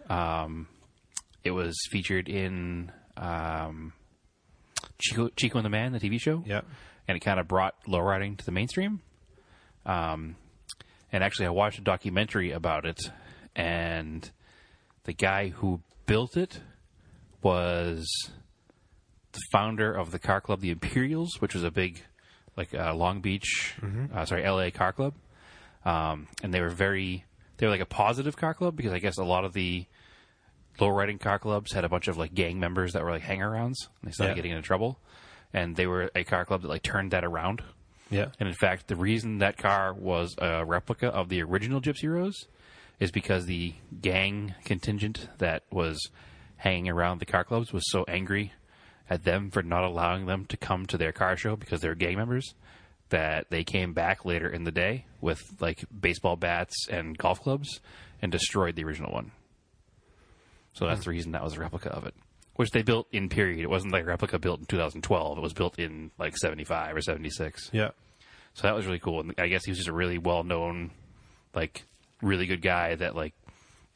[SPEAKER 2] it was featured in um, Chico, Chico and the Man, the TV show
[SPEAKER 1] Yeah.
[SPEAKER 2] and it kind of brought lowriding to the mainstream. Um, and actually, I watched a documentary about it, and the guy who built it was the founder of the car club, the Imperials, which was a big, like uh, Long Beach, uh, sorry, L.A. car club, um, and they were very, they were like a positive car club because I guess a lot of the low riding car clubs had a bunch of like gang members that were like hangarounds. And they started
[SPEAKER 1] Yeah.
[SPEAKER 2] getting into trouble, and they were a car club that like turned that around.
[SPEAKER 1] Yeah.
[SPEAKER 2] And in fact, the reason that car was a replica of the original Gypsy Rose is because the gang contingent that was hanging around the car clubs was so angry at them for not allowing them to come to their car show because they were gang members that they came back later in the day with like baseball bats and golf clubs and destroyed the original one. So that's the reason that was a replica of it. Which they built in period. It wasn't like a replica built in 2012. It was built in like 75 or 76.
[SPEAKER 1] Yeah.
[SPEAKER 2] So that was really cool. And I guess he was just a really well known, like, really good guy that, like,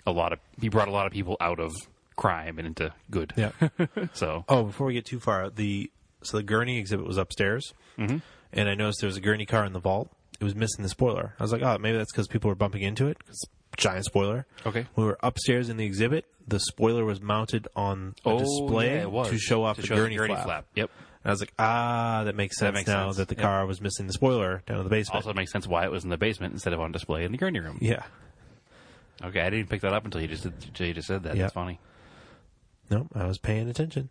[SPEAKER 2] a lot of, he brought a lot of people out of crime and into good.
[SPEAKER 1] Yeah.
[SPEAKER 2] *laughs* So,
[SPEAKER 1] *laughs* Oh, before we get too far, the so the gurney exhibit was upstairs, mm-hmm. and I noticed there was a gurney car in the vault. It was missing the spoiler. I was like, oh, maybe that's because people were bumping into it. 'cause giant spoiler.
[SPEAKER 2] Okay.
[SPEAKER 1] We were upstairs in the exhibit. The spoiler was mounted on a
[SPEAKER 2] Oh,
[SPEAKER 1] display
[SPEAKER 2] yeah, it was.
[SPEAKER 1] to show off the, gurney flap.
[SPEAKER 2] Yep.
[SPEAKER 1] And I was like, ah, that makes sense
[SPEAKER 2] makes
[SPEAKER 1] now
[SPEAKER 2] sense.
[SPEAKER 1] that the
[SPEAKER 2] Yeah.
[SPEAKER 1] car was missing the spoiler down in the basement.
[SPEAKER 2] Also makes sense why it was in the basement instead of on display in the gurney room.
[SPEAKER 1] yeah.
[SPEAKER 2] Okay, I didn't pick that up until you just until you just said that.
[SPEAKER 1] Yeah.
[SPEAKER 2] That's funny.
[SPEAKER 1] No, I was paying attention.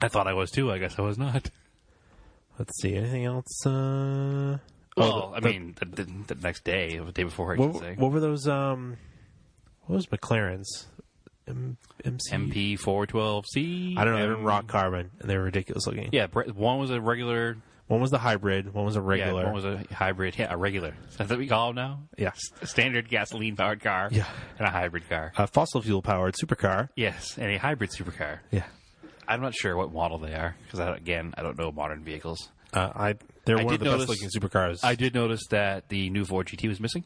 [SPEAKER 2] I thought I was too. I guess I was not.
[SPEAKER 1] Let's see. Anything else? Uh...
[SPEAKER 2] Well,
[SPEAKER 1] the-
[SPEAKER 2] I
[SPEAKER 1] the-
[SPEAKER 2] mean, the, the, the next day, the day before, I should say.
[SPEAKER 1] what, what were those? Um, what was McLaren's? M- MC?
[SPEAKER 2] MP four twelve C.
[SPEAKER 1] I don't know. They were in rock carbon, and they were ridiculous looking.
[SPEAKER 2] Yeah, Bre- one was a regular.
[SPEAKER 1] One was the hybrid. One was a regular.
[SPEAKER 2] Yeah, one was a hybrid. Yeah, a regular. Is that what we call them now?
[SPEAKER 1] Yeah.
[SPEAKER 2] S- a standard gasoline powered car.
[SPEAKER 1] Yeah.
[SPEAKER 2] and a hybrid car.
[SPEAKER 1] a Uh, fossil fuel powered supercar.
[SPEAKER 2] Yes, and a hybrid supercar.
[SPEAKER 1] Yeah.
[SPEAKER 2] I'm not sure what model they are because again, I don't know modern vehicles.
[SPEAKER 1] Uh, I they're
[SPEAKER 2] I
[SPEAKER 1] one of
[SPEAKER 2] did
[SPEAKER 1] the best
[SPEAKER 2] notice-
[SPEAKER 1] looking supercars.
[SPEAKER 2] I did notice that the new Ford GT was missing.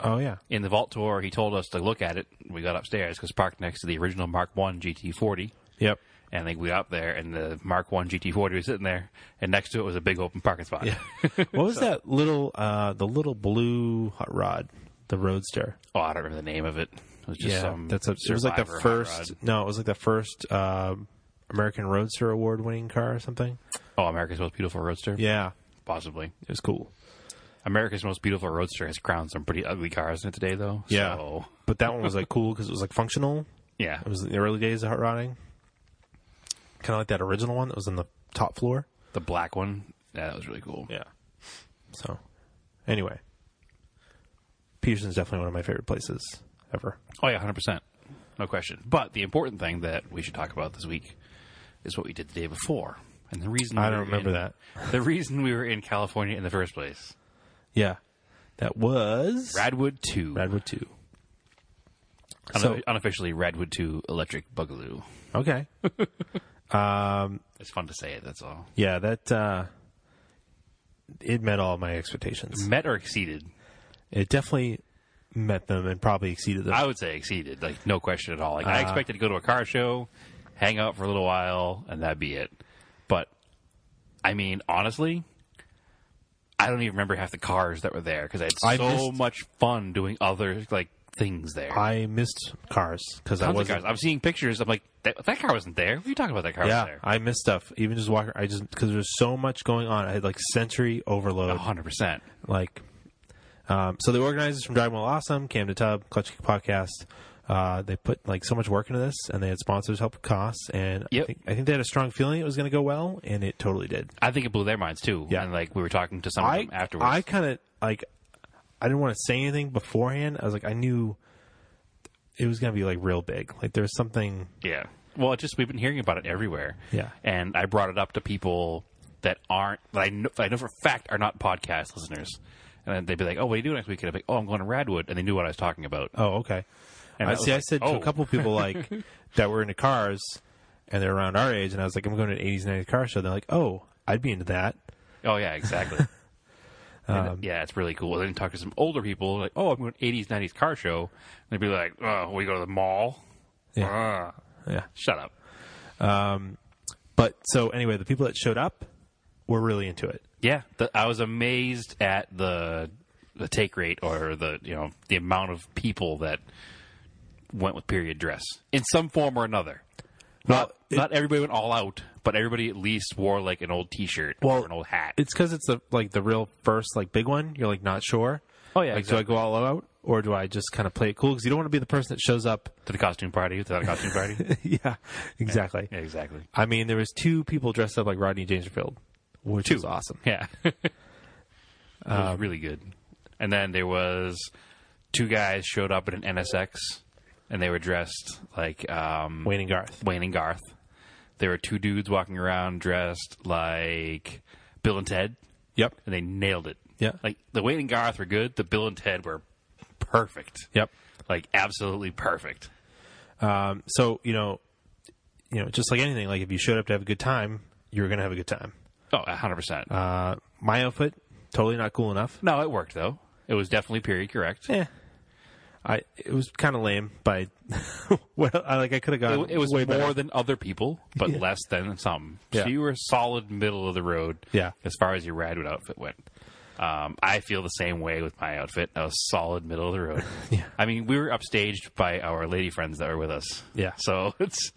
[SPEAKER 1] oh yeah.
[SPEAKER 2] in the vault tour, he told us to look at it. We got upstairs because parked next to the original Mark One GT40,
[SPEAKER 1] Yep.
[SPEAKER 2] *laughs* and like we got up there, and the Mark One GT40 was sitting there, and next to it was a big open parking spot.
[SPEAKER 1] Yeah. what was that little? Uh, the little blue hot rod, the Roadster.
[SPEAKER 2] oh, I don't remember the name of it. It was just some.
[SPEAKER 1] that's a, it was like
[SPEAKER 2] Survivor
[SPEAKER 1] the
[SPEAKER 2] hot
[SPEAKER 1] first.
[SPEAKER 2] rod.
[SPEAKER 1] No, it was like the first um American Roadster Award winning car or something.
[SPEAKER 2] Oh, America's most beautiful roadster.
[SPEAKER 1] Yeah,
[SPEAKER 2] possibly.
[SPEAKER 1] it was cool.
[SPEAKER 2] America's most beautiful roadster has crowned some pretty ugly cars in it today, though.
[SPEAKER 1] Yeah.
[SPEAKER 2] So,
[SPEAKER 1] But that one was like cool because it was like functional.
[SPEAKER 2] yeah.
[SPEAKER 1] It was in the early days of hot rodding. Kind of like that original one that was on the top floor.
[SPEAKER 2] The black one. Yeah, that was really cool.
[SPEAKER 1] Yeah. So, anyway, Peterson's definitely one of my favorite places ever.
[SPEAKER 2] Oh yeah, hundred percent, no question. But the important thing that we should talk about this week is what we did the day before, and the reason
[SPEAKER 1] I
[SPEAKER 2] we
[SPEAKER 1] don't
[SPEAKER 2] were
[SPEAKER 1] remember
[SPEAKER 2] in-
[SPEAKER 1] that.
[SPEAKER 2] *laughs* The reason we were in California in the first place,
[SPEAKER 1] Yeah. That was
[SPEAKER 2] Radwood Two,
[SPEAKER 1] Radwood 2.
[SPEAKER 2] Uno-
[SPEAKER 1] so-
[SPEAKER 2] unofficially Radwood Two Electric Boogaloo. *laughs*
[SPEAKER 1] Okay.
[SPEAKER 2] It's fun to say it. That's all.
[SPEAKER 1] yeah, that uh it met all my expectations.
[SPEAKER 2] Met or exceeded?
[SPEAKER 1] It definitely met them and probably exceeded them.
[SPEAKER 2] I would say exceeded, like no question at all. Like
[SPEAKER 1] Uh-huh.
[SPEAKER 2] I expected to go to a car show, hang out for a little while, and that'd be it. But I mean, honestly, I don't even remember half the cars that were there because I had
[SPEAKER 1] I
[SPEAKER 2] so
[SPEAKER 1] missed-
[SPEAKER 2] much fun doing other like things there.
[SPEAKER 1] I missed cars because I
[SPEAKER 2] Tons of
[SPEAKER 1] wasn't
[SPEAKER 2] cars. I'm seeing pictures. I'm like, that, that car wasn't there. What are you talking about? That car
[SPEAKER 1] Yeah,
[SPEAKER 2] was there.
[SPEAKER 1] I miss stuff. Even just walking, I just because there's so much going on. I had like sensory overload.
[SPEAKER 2] 100. percent
[SPEAKER 1] Like, um, so the organizers from Driving Well Awesome, Cam to Tub, Clutch Kick Podcast, uh, they put like so much work into this, and they had sponsors help with costs, and I
[SPEAKER 2] Yep.
[SPEAKER 1] think I think they had a strong feeling it was going to go well, and it totally did.
[SPEAKER 2] I think it blew their minds too.
[SPEAKER 1] Yeah.
[SPEAKER 2] And like we were talking to some of
[SPEAKER 1] I
[SPEAKER 2] them Um, afterwards.
[SPEAKER 1] I kind of like I didn't want to say anything beforehand. I was like I knew it was going to be like real big. Like there's something.
[SPEAKER 2] Yeah. Well, it's just we've been hearing about it everywhere.
[SPEAKER 1] Yeah.
[SPEAKER 2] And I brought it up to people that aren't that I know, that I know for a fact are not podcast listeners, and then they'd be like, "Oh, what are you doing next weekend?" I'd be like, "Oh, I'm going to Radwood," and they knew what I was talking about.
[SPEAKER 1] Oh, okay.
[SPEAKER 2] And
[SPEAKER 1] I
[SPEAKER 2] that was
[SPEAKER 1] see. I
[SPEAKER 2] like,
[SPEAKER 1] said to
[SPEAKER 2] oh.
[SPEAKER 1] a couple
[SPEAKER 2] *laughs*
[SPEAKER 1] people like that were into cars and they're around our age, and I was like, I'm going to an '80s '90s car show. They're like, Oh, I'd be into that.
[SPEAKER 2] Oh yeah,
[SPEAKER 1] *laughs*
[SPEAKER 2] exactly. And,
[SPEAKER 1] Um,
[SPEAKER 2] yeah, it's really cool. Then talk to some older people, like, "Oh, I'm going to 80s, 90s car show," and they'd be like, "Oh, we go to the mall." Yeah.
[SPEAKER 1] Yeah.
[SPEAKER 2] shut up.
[SPEAKER 1] But so anyway, the people that showed up were really into it.
[SPEAKER 2] Yeah, the, I was amazed at the the take rate or the you know the amount of people that went with period dress in some form or another.
[SPEAKER 1] Uh,
[SPEAKER 2] Not, not everybody went all out, but everybody at least wore like an old T-shirt
[SPEAKER 1] Well,
[SPEAKER 2] or an old hat.
[SPEAKER 1] It's because it's the like the real first like big one. You're like not sure.
[SPEAKER 2] Oh, yeah,
[SPEAKER 1] Like do
[SPEAKER 2] exactly.
[SPEAKER 1] I go all out or do I just kind of play it cool? Because you don't want to be the person that shows
[SPEAKER 2] *laughs*
[SPEAKER 1] up.
[SPEAKER 2] to the costume party, without a costume party.
[SPEAKER 1] yeah, exactly.
[SPEAKER 2] yeah, exactly.
[SPEAKER 1] I mean, there was two people dressed up like Rodney Dangerfield, which was awesome.
[SPEAKER 2] Yeah. *laughs* it was really good. And then there was two guys showed up at an NSX and they were dressed like um,
[SPEAKER 1] Wayne and Garth.
[SPEAKER 2] Wayne and Garth. There were two dudes walking around dressed like Bill and Ted
[SPEAKER 1] Yep.
[SPEAKER 2] and they nailed it.
[SPEAKER 1] Yeah.
[SPEAKER 2] Like the Wayne and Garth were good, the Bill and Ted were perfect.
[SPEAKER 1] Yep.
[SPEAKER 2] Like absolutely perfect.
[SPEAKER 1] Um, so you know, you know, just like anything, like if you showed up to have a good time, you're gonna have a good time.
[SPEAKER 2] Oh, 100%.
[SPEAKER 1] Uh, my outfit totally not cool enough.
[SPEAKER 2] no, it worked though. It was definitely period correct.
[SPEAKER 1] Yeah. I it was kind of lame, but *laughs* well, I like I could have gone.
[SPEAKER 2] it, it was
[SPEAKER 1] way
[SPEAKER 2] more
[SPEAKER 1] better.
[SPEAKER 2] than other people, but less than some.
[SPEAKER 1] Yeah.
[SPEAKER 2] So you were solid middle of the road,
[SPEAKER 1] Yeah.
[SPEAKER 2] as far as your Radwood outfit went. Um, I feel the same way with my outfit. I was solid middle of the road.
[SPEAKER 1] *laughs* Yeah.
[SPEAKER 2] I mean, we were upstaged by our lady friends that were with us.
[SPEAKER 1] Yeah.
[SPEAKER 2] So *laughs* it's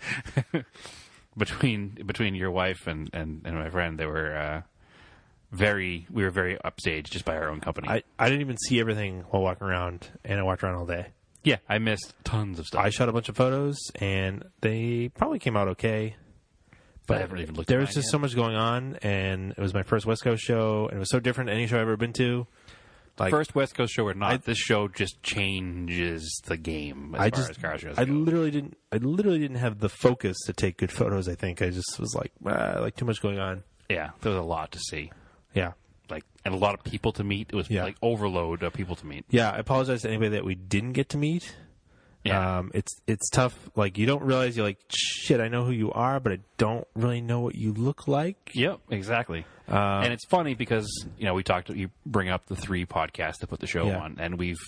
[SPEAKER 2] between between your wife and, and, and my friend, they were uh, very we were very upstaged just by our own company.
[SPEAKER 1] I, I didn't even see everything while walking around, and I walked around all day.
[SPEAKER 2] yeah, I missed tons of stuff.
[SPEAKER 1] I shot a bunch of photos, and they probably came out okay. But
[SPEAKER 2] haven't even looked
[SPEAKER 1] There
[SPEAKER 2] at
[SPEAKER 1] was
[SPEAKER 2] mine
[SPEAKER 1] just
[SPEAKER 2] yet.
[SPEAKER 1] so much going on, and it was my first West Coast show, and it was so different than any show I've ever been to. Like
[SPEAKER 2] First West Coast show or not, this show just changes the game as
[SPEAKER 1] I
[SPEAKER 2] far
[SPEAKER 1] just
[SPEAKER 2] as car shows
[SPEAKER 1] I
[SPEAKER 2] go.
[SPEAKER 1] literally didn't I literally didn't have the focus to take good photos. I think I just was like ah, like too much going on.
[SPEAKER 2] Yeah, there was a lot to see,
[SPEAKER 1] Yeah,
[SPEAKER 2] like and a lot of people to meet. It was
[SPEAKER 1] Yeah.
[SPEAKER 2] like overload of people to meet.
[SPEAKER 1] yeah. I apologize to anybody that we didn't get to meet.
[SPEAKER 2] Yeah,
[SPEAKER 1] Um, it's it's tough. Like you don't realize you're like shit. I know who you are, but I don't really know what you look like.
[SPEAKER 2] yep, exactly.
[SPEAKER 1] Uh,
[SPEAKER 2] and it's funny because you know we talked. You bring up the three podcasts that put the show
[SPEAKER 1] Yeah.
[SPEAKER 2] on, and we've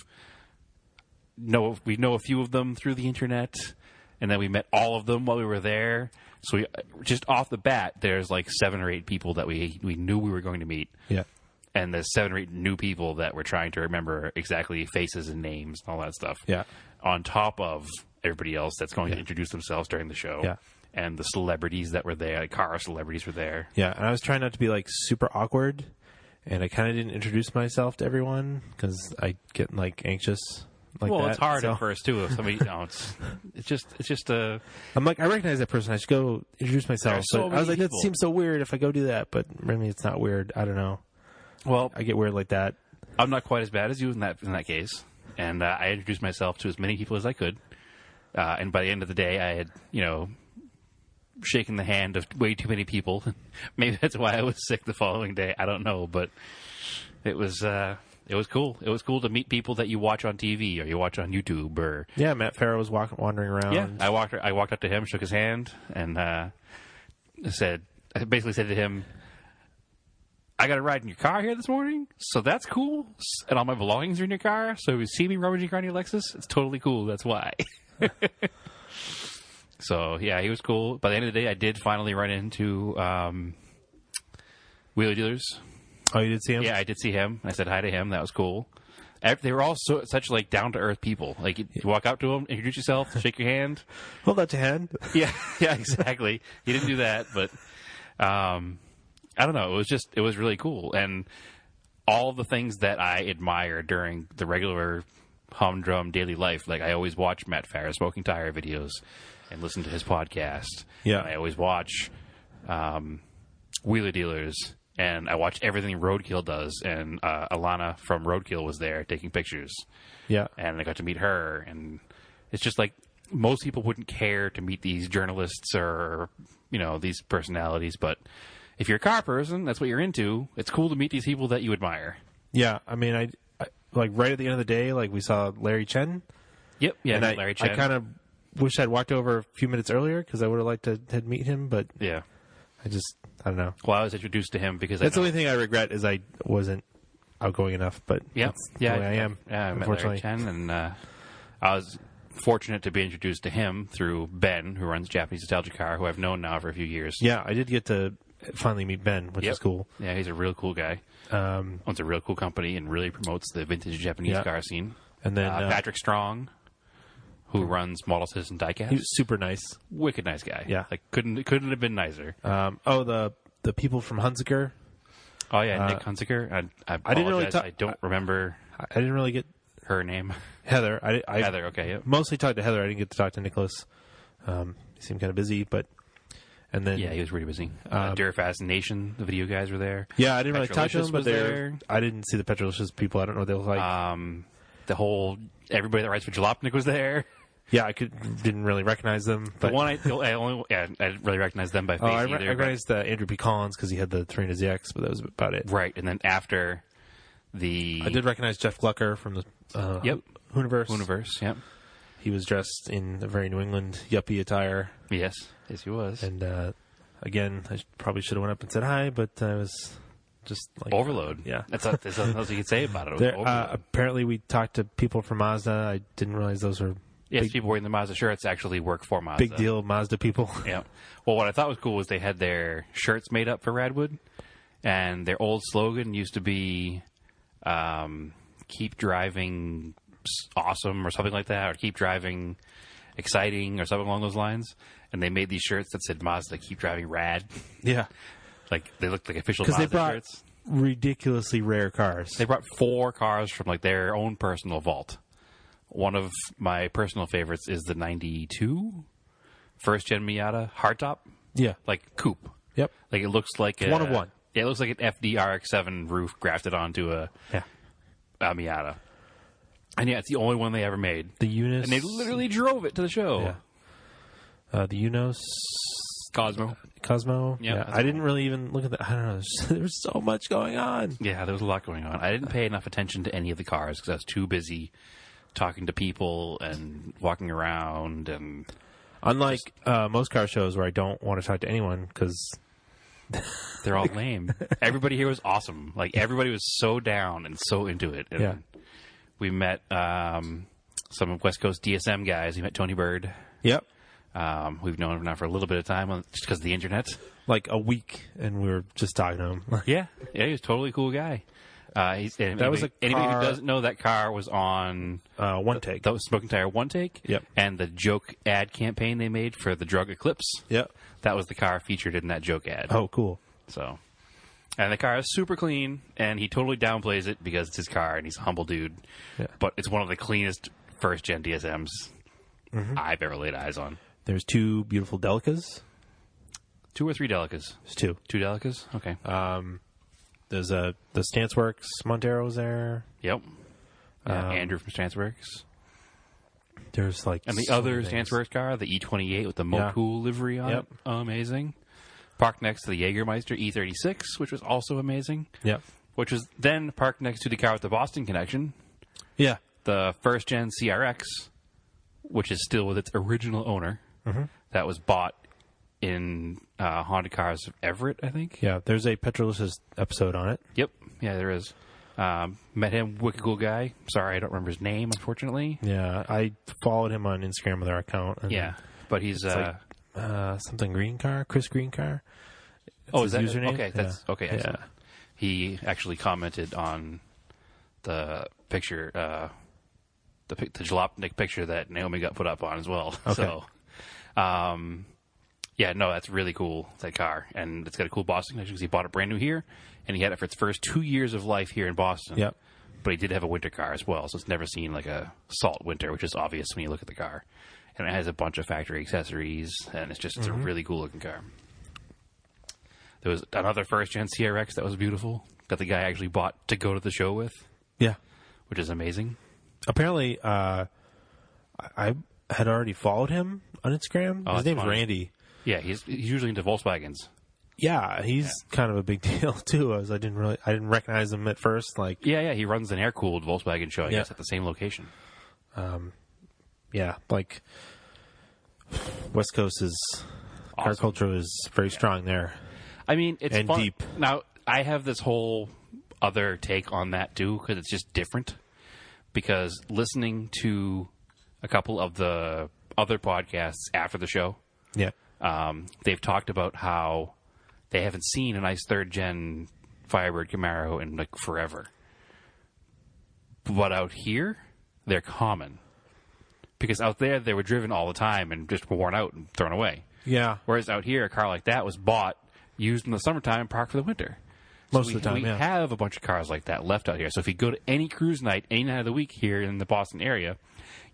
[SPEAKER 2] know we know a few of them through the internet, and then we met all of them while we were there. So we just off the bat, there's like seven or eight people that we we knew we were going to meet.
[SPEAKER 1] Yeah.
[SPEAKER 2] and there's seven or eight new people that we're trying to remember exactly faces and names and all that stuff.
[SPEAKER 1] Yeah.
[SPEAKER 2] On top of everybody else that's going to introduce themselves during the show.
[SPEAKER 1] Yeah.
[SPEAKER 2] And the celebrities that were there, like car celebrities were there.
[SPEAKER 1] Yeah, and I was trying not to be like super awkward, and I kind of didn't introduce myself to everyone because I get like anxious. Like
[SPEAKER 2] well,
[SPEAKER 1] that,
[SPEAKER 2] it's hard
[SPEAKER 1] so-
[SPEAKER 2] at first too. If
[SPEAKER 1] *laughs*
[SPEAKER 2] somebody, no, it's it's just it's just a
[SPEAKER 1] I'm like, I recognize that person. I should go introduce myself.
[SPEAKER 2] are so
[SPEAKER 1] but I was
[SPEAKER 2] many
[SPEAKER 1] like,
[SPEAKER 2] people.
[SPEAKER 1] that seems so weird if I go do that, but maybe it's not weird. I don't know.
[SPEAKER 2] well.
[SPEAKER 1] I get weird like that.
[SPEAKER 2] I'm not quite as bad as you in that in that case, and uh, I introduced myself to as many people as I could, uh, and by the end of the day, I had you know shaken the hand of way too many people. *laughs* Maybe that's why I was sick the following day. I don't know, but it was uh, it was cool. It was cool to meet people that you watch on TV or you watch on YouTube or
[SPEAKER 1] Yeah, Matt Farrow was walking, wandering around.
[SPEAKER 2] yeah. Um, I walked I walked up to him, shook his hand, and uh, said I basically said to him. I got a ride in your car here this morning, so that's cool. S- And all my belongings are in your car, so if you see me rummaging around your Lexus, it's totally cool. That's why. *laughs* so yeah, he was cool. By the end of the day, I did finally run into um, Wheelie Dealers.
[SPEAKER 1] Oh, you did see him?
[SPEAKER 2] Yeah, I did see him. I said hi to him. That was cool. Ev- They were all so, such like down to earth people. Like you, you walk up to them, introduce yourself, shake your hand,
[SPEAKER 1] Hold out your hand.
[SPEAKER 2] *laughs* yeah, yeah, exactly. he didn't do that, but um, I don't know. It was just it was really cool, and all the things that I admire during the regular humdrum daily life. Like I always watch Matt Farah smoking tire videos and listen to his podcast.
[SPEAKER 1] Yeah.
[SPEAKER 2] and I always watch um, Wheeler Dealers. And I watch everything Roadkill does, and uh, Alana from Roadkill was there taking pictures
[SPEAKER 1] Yeah.
[SPEAKER 2] and I got to meet her. And it's just like most people wouldn't care to meet these journalists or you know these personalities, but if you're a car person, that's what you're into. It's cool to meet these people that you admire.
[SPEAKER 1] Yeah. I mean, I, I like right at the end of the day, like we saw Larry Chen.
[SPEAKER 2] Yep. Yeah.
[SPEAKER 1] and I,
[SPEAKER 2] Larry
[SPEAKER 1] I
[SPEAKER 2] Chen.
[SPEAKER 1] kind of wish I'd walked over a few minutes earlier because I would have liked to had meet him, but
[SPEAKER 2] yeah.
[SPEAKER 1] I just I don't know.
[SPEAKER 2] Well, I was introduced to him because
[SPEAKER 1] That's
[SPEAKER 2] I
[SPEAKER 1] the
[SPEAKER 2] know,
[SPEAKER 1] only thing I regret is I wasn't outgoing enough. But
[SPEAKER 2] yeah,
[SPEAKER 1] that's the
[SPEAKER 2] yeah,
[SPEAKER 1] way I am.
[SPEAKER 2] Yeah, I met Larry
[SPEAKER 1] unfortunately,
[SPEAKER 2] Chen, and uh, I was fortunate to be introduced to him through Ben, who runs Japanese Nostalgia Car, who I've known now for a few years.
[SPEAKER 1] yeah, I did get to finally meet Ben, which
[SPEAKER 2] Yep.
[SPEAKER 1] is cool.
[SPEAKER 2] Yeah, he's a real cool guy.
[SPEAKER 1] Um,
[SPEAKER 2] Owns a real cool company and really promotes the vintage Japanese
[SPEAKER 1] Yeah.
[SPEAKER 2] car scene.
[SPEAKER 1] and then
[SPEAKER 2] uh,
[SPEAKER 1] uh,
[SPEAKER 2] Patrick Strong who runs Model Citizen Diecast.
[SPEAKER 1] He was super nice.
[SPEAKER 2] wicked nice guy.
[SPEAKER 1] Yeah.
[SPEAKER 2] like couldn't couldn't have been nicer.
[SPEAKER 1] Um, oh, the the people from Hunziker.
[SPEAKER 2] Oh yeah, Nick Hunziker. I, I,
[SPEAKER 1] Uh, I didn't really
[SPEAKER 2] apologize.
[SPEAKER 1] talk-
[SPEAKER 2] I don't remember
[SPEAKER 1] I I didn't really get
[SPEAKER 2] her name.
[SPEAKER 1] Heather. I, I
[SPEAKER 2] Heather. Okay. Yep.
[SPEAKER 1] mostly talked to Heather. I didn't get to talk to Nicholas. Um, he seemed kind of busy, but and then
[SPEAKER 2] Yeah, he was really busy. Uh, Dare Fascination. The video guys were there.
[SPEAKER 1] Um, yeah, I didn't really talk to
[SPEAKER 2] Petrolicious
[SPEAKER 1] them, but
[SPEAKER 2] was
[SPEAKER 1] they're
[SPEAKER 2] there.
[SPEAKER 1] I didn't see the Petrolicious people. I don't know what they look like.
[SPEAKER 2] Um, the whole everybody that writes for Jalopnik was there.
[SPEAKER 1] yeah, I could didn't really recognize them. But
[SPEAKER 2] The one I, the- I only yeah, I didn't really recognize them by face
[SPEAKER 1] oh, I, re- I
[SPEAKER 2] either. but-
[SPEAKER 1] recognized uh, Andrew P. Collins because he had the Torino ZX, but that was about it.
[SPEAKER 2] right, and then after the
[SPEAKER 1] I did recognize Jeff Glucker from the uh,
[SPEAKER 2] Yep.
[SPEAKER 1] Hooniverse.
[SPEAKER 2] universe. Yep.
[SPEAKER 1] He was dressed in a very New England yuppie attire,
[SPEAKER 2] Yes. Yes, he was.
[SPEAKER 1] and uh, again, I sh- probably should have went up and said hi, but I was just like
[SPEAKER 2] overload.
[SPEAKER 1] Yeah.
[SPEAKER 2] That's, not- that's nothing else you could say about it. it was
[SPEAKER 1] There,
[SPEAKER 2] overload.
[SPEAKER 1] uh, apparently, we talked to people from Mazda. I didn't realize those were
[SPEAKER 2] yes,
[SPEAKER 1] big,
[SPEAKER 2] people wearing the Mazda shirts actually work for Mazda.
[SPEAKER 1] big deal Mazda people. *laughs*
[SPEAKER 2] Yeah. Well, what I thought was cool was they had their shirts made up for Radwood, and their old slogan used to be um, "Keep driving s- awesome" or something like that, or "Keep driving exciting" or something along those lines. And they made these shirts that said Mazda "Keep driving rad," *laughs*
[SPEAKER 1] yeah,
[SPEAKER 2] like they looked like official
[SPEAKER 1] because
[SPEAKER 2] Mazda
[SPEAKER 1] they brought
[SPEAKER 2] shirts.
[SPEAKER 1] ridiculously rare cars.
[SPEAKER 2] They brought four cars from like their own personal vault. One of my personal favorites is the '92 first gen Miata hardtop,
[SPEAKER 1] yeah.
[SPEAKER 2] like coupe.
[SPEAKER 1] Yep.
[SPEAKER 2] Like it looks like a,
[SPEAKER 1] one of one.
[SPEAKER 2] Yeah, it looks like an FDRX7 roof grafted onto a,
[SPEAKER 1] Yeah.
[SPEAKER 2] a Miata. And yeah, it's the only one they ever made.
[SPEAKER 1] The Unis.
[SPEAKER 2] And they literally drove it to the show.
[SPEAKER 1] Yeah. Uh, the Unos
[SPEAKER 2] Cosmo.
[SPEAKER 1] Cosmo.
[SPEAKER 2] Yeah,
[SPEAKER 1] yeah.
[SPEAKER 2] that's
[SPEAKER 1] I didn't really even look at that. I don't know. *laughs* There's, there's so much going on.
[SPEAKER 2] Yeah, there was a lot going on. I didn't pay enough attention to any of the cars because I was too busy talking to people and walking around and
[SPEAKER 1] Unlike uh, most car shows where I don't want to talk to anyone because *laughs*
[SPEAKER 2] they're all lame. everybody here was awesome. Like everybody was so down and so into it. And
[SPEAKER 1] Yeah.
[SPEAKER 2] we met um, some of West Coast DSM guys. We met Tony Bird.
[SPEAKER 1] yep,
[SPEAKER 2] Um, we've known him now for a little bit of time on, just because of the internet.
[SPEAKER 1] like a week, and we were just talking to him.
[SPEAKER 2] Yeah, yeah, he was a totally cool guy. Uh, he's, and
[SPEAKER 1] That
[SPEAKER 2] anybody,
[SPEAKER 1] was a
[SPEAKER 2] anybody
[SPEAKER 1] car-
[SPEAKER 2] who doesn't know that car was on
[SPEAKER 1] uh, one take.
[SPEAKER 2] that was Smoking Tire One Take.
[SPEAKER 1] Yep.
[SPEAKER 2] And the joke ad campaign they made for the drug Eclipse.
[SPEAKER 1] yep.
[SPEAKER 2] That was the car featured in that joke ad.
[SPEAKER 1] Oh, cool.
[SPEAKER 2] So, and the car is super clean, and he totally downplays it because it's his car and he's a humble dude.
[SPEAKER 1] Yeah.
[SPEAKER 2] But it's one of the cleanest first gen DSMs
[SPEAKER 1] Mm-hmm.
[SPEAKER 2] I've ever laid eyes on.
[SPEAKER 1] There's two beautiful Delicas.
[SPEAKER 2] Two or three Delicas.
[SPEAKER 1] There's two.
[SPEAKER 2] Two Delicas. Okay.
[SPEAKER 1] Uh, There's a the Stance Works Montero was there.
[SPEAKER 2] yep. Uh,
[SPEAKER 1] um,
[SPEAKER 2] Andrew from Stansworks.
[SPEAKER 1] There's like
[SPEAKER 2] And the
[SPEAKER 1] so
[SPEAKER 2] other
[SPEAKER 1] many things.
[SPEAKER 2] Stansworks car, the E28 with the
[SPEAKER 1] Yeah.
[SPEAKER 2] Motul livery on
[SPEAKER 1] Yep.
[SPEAKER 2] it. Amazing. Parked next to the Jägermeister E36, which was also amazing.
[SPEAKER 1] Yep.
[SPEAKER 2] Which was then parked next to the car with the Boston connection,
[SPEAKER 1] Yeah.
[SPEAKER 2] the first gen CRX, which is still with its original owner,
[SPEAKER 1] Mm-hmm.
[SPEAKER 2] that was bought in uh, Honda Cars of Everett, I think.
[SPEAKER 1] Yeah. There's a Petrolicious episode on it.
[SPEAKER 2] Yep. Yeah, there is. Um, met him, wicked cool guy. Sorry, I don't remember his name, unfortunately.
[SPEAKER 1] Yeah. I followed him on Instagram with our account. And,
[SPEAKER 2] Yeah, but he's uh,
[SPEAKER 1] like- Uh, something Green Car, Chris Green Car.
[SPEAKER 2] Oh,
[SPEAKER 1] his
[SPEAKER 2] is that
[SPEAKER 1] username?
[SPEAKER 2] Okay, that's
[SPEAKER 1] Yeah.
[SPEAKER 2] okay. Excellent. He actually commented on the picture, uh, the pic- the Jalopnik picture that Naomi got put up on as well. *laughs* So, um, yeah, no, that's really cool. That car, and it's got a cool Boston connection because he bought it brand new here, and he had it for its first two years of life here in Boston.
[SPEAKER 1] Yep.
[SPEAKER 2] But he did have a winter car as well, so it's never seen like a salt winter, which is obvious when you look at the car. And it has a bunch of factory accessories, and it's just it's a really cool looking car. There was another first gen CRX that was beautiful that the guy actually bought to go to the show with,
[SPEAKER 1] Yeah.
[SPEAKER 2] which is amazing.
[SPEAKER 1] Apparently, uh, I I had already followed him on Instagram. His
[SPEAKER 2] Oh, that's
[SPEAKER 1] name's
[SPEAKER 2] funny.
[SPEAKER 1] Randy.
[SPEAKER 2] Yeah, he's he's usually into Volkswagens.
[SPEAKER 1] Yeah, he's kind of a big *laughs* deal too. As I didn't really, I didn't recognize him at first. Like,
[SPEAKER 2] Yeah, yeah, he runs an air cooled Volkswagen show, I
[SPEAKER 1] Yeah.
[SPEAKER 2] guess, at the same location.
[SPEAKER 1] yeah, like West Coast is car
[SPEAKER 2] Awesome.
[SPEAKER 1] culture is very strong there.
[SPEAKER 2] I mean, it's
[SPEAKER 1] And
[SPEAKER 2] fun.
[SPEAKER 1] deep.
[SPEAKER 2] Now, I have this whole other take on that too because it's just different. Because listening to a couple of the other podcasts after the show,
[SPEAKER 1] Yeah,
[SPEAKER 2] um, they've talked about how they haven't seen a nice third gen Firebird Camaro in like forever. But out here, they're common. because out there they were driven all the time and just worn out and thrown away.
[SPEAKER 1] Yeah.
[SPEAKER 2] Whereas out here, a car like that was bought, used in the summertime, and parked for the winter. So
[SPEAKER 1] Most of
[SPEAKER 2] we-
[SPEAKER 1] the time,
[SPEAKER 2] we
[SPEAKER 1] yeah.
[SPEAKER 2] have a bunch of cars like that left out here. So if you go to any cruise night, any night of the week here in the Boston area,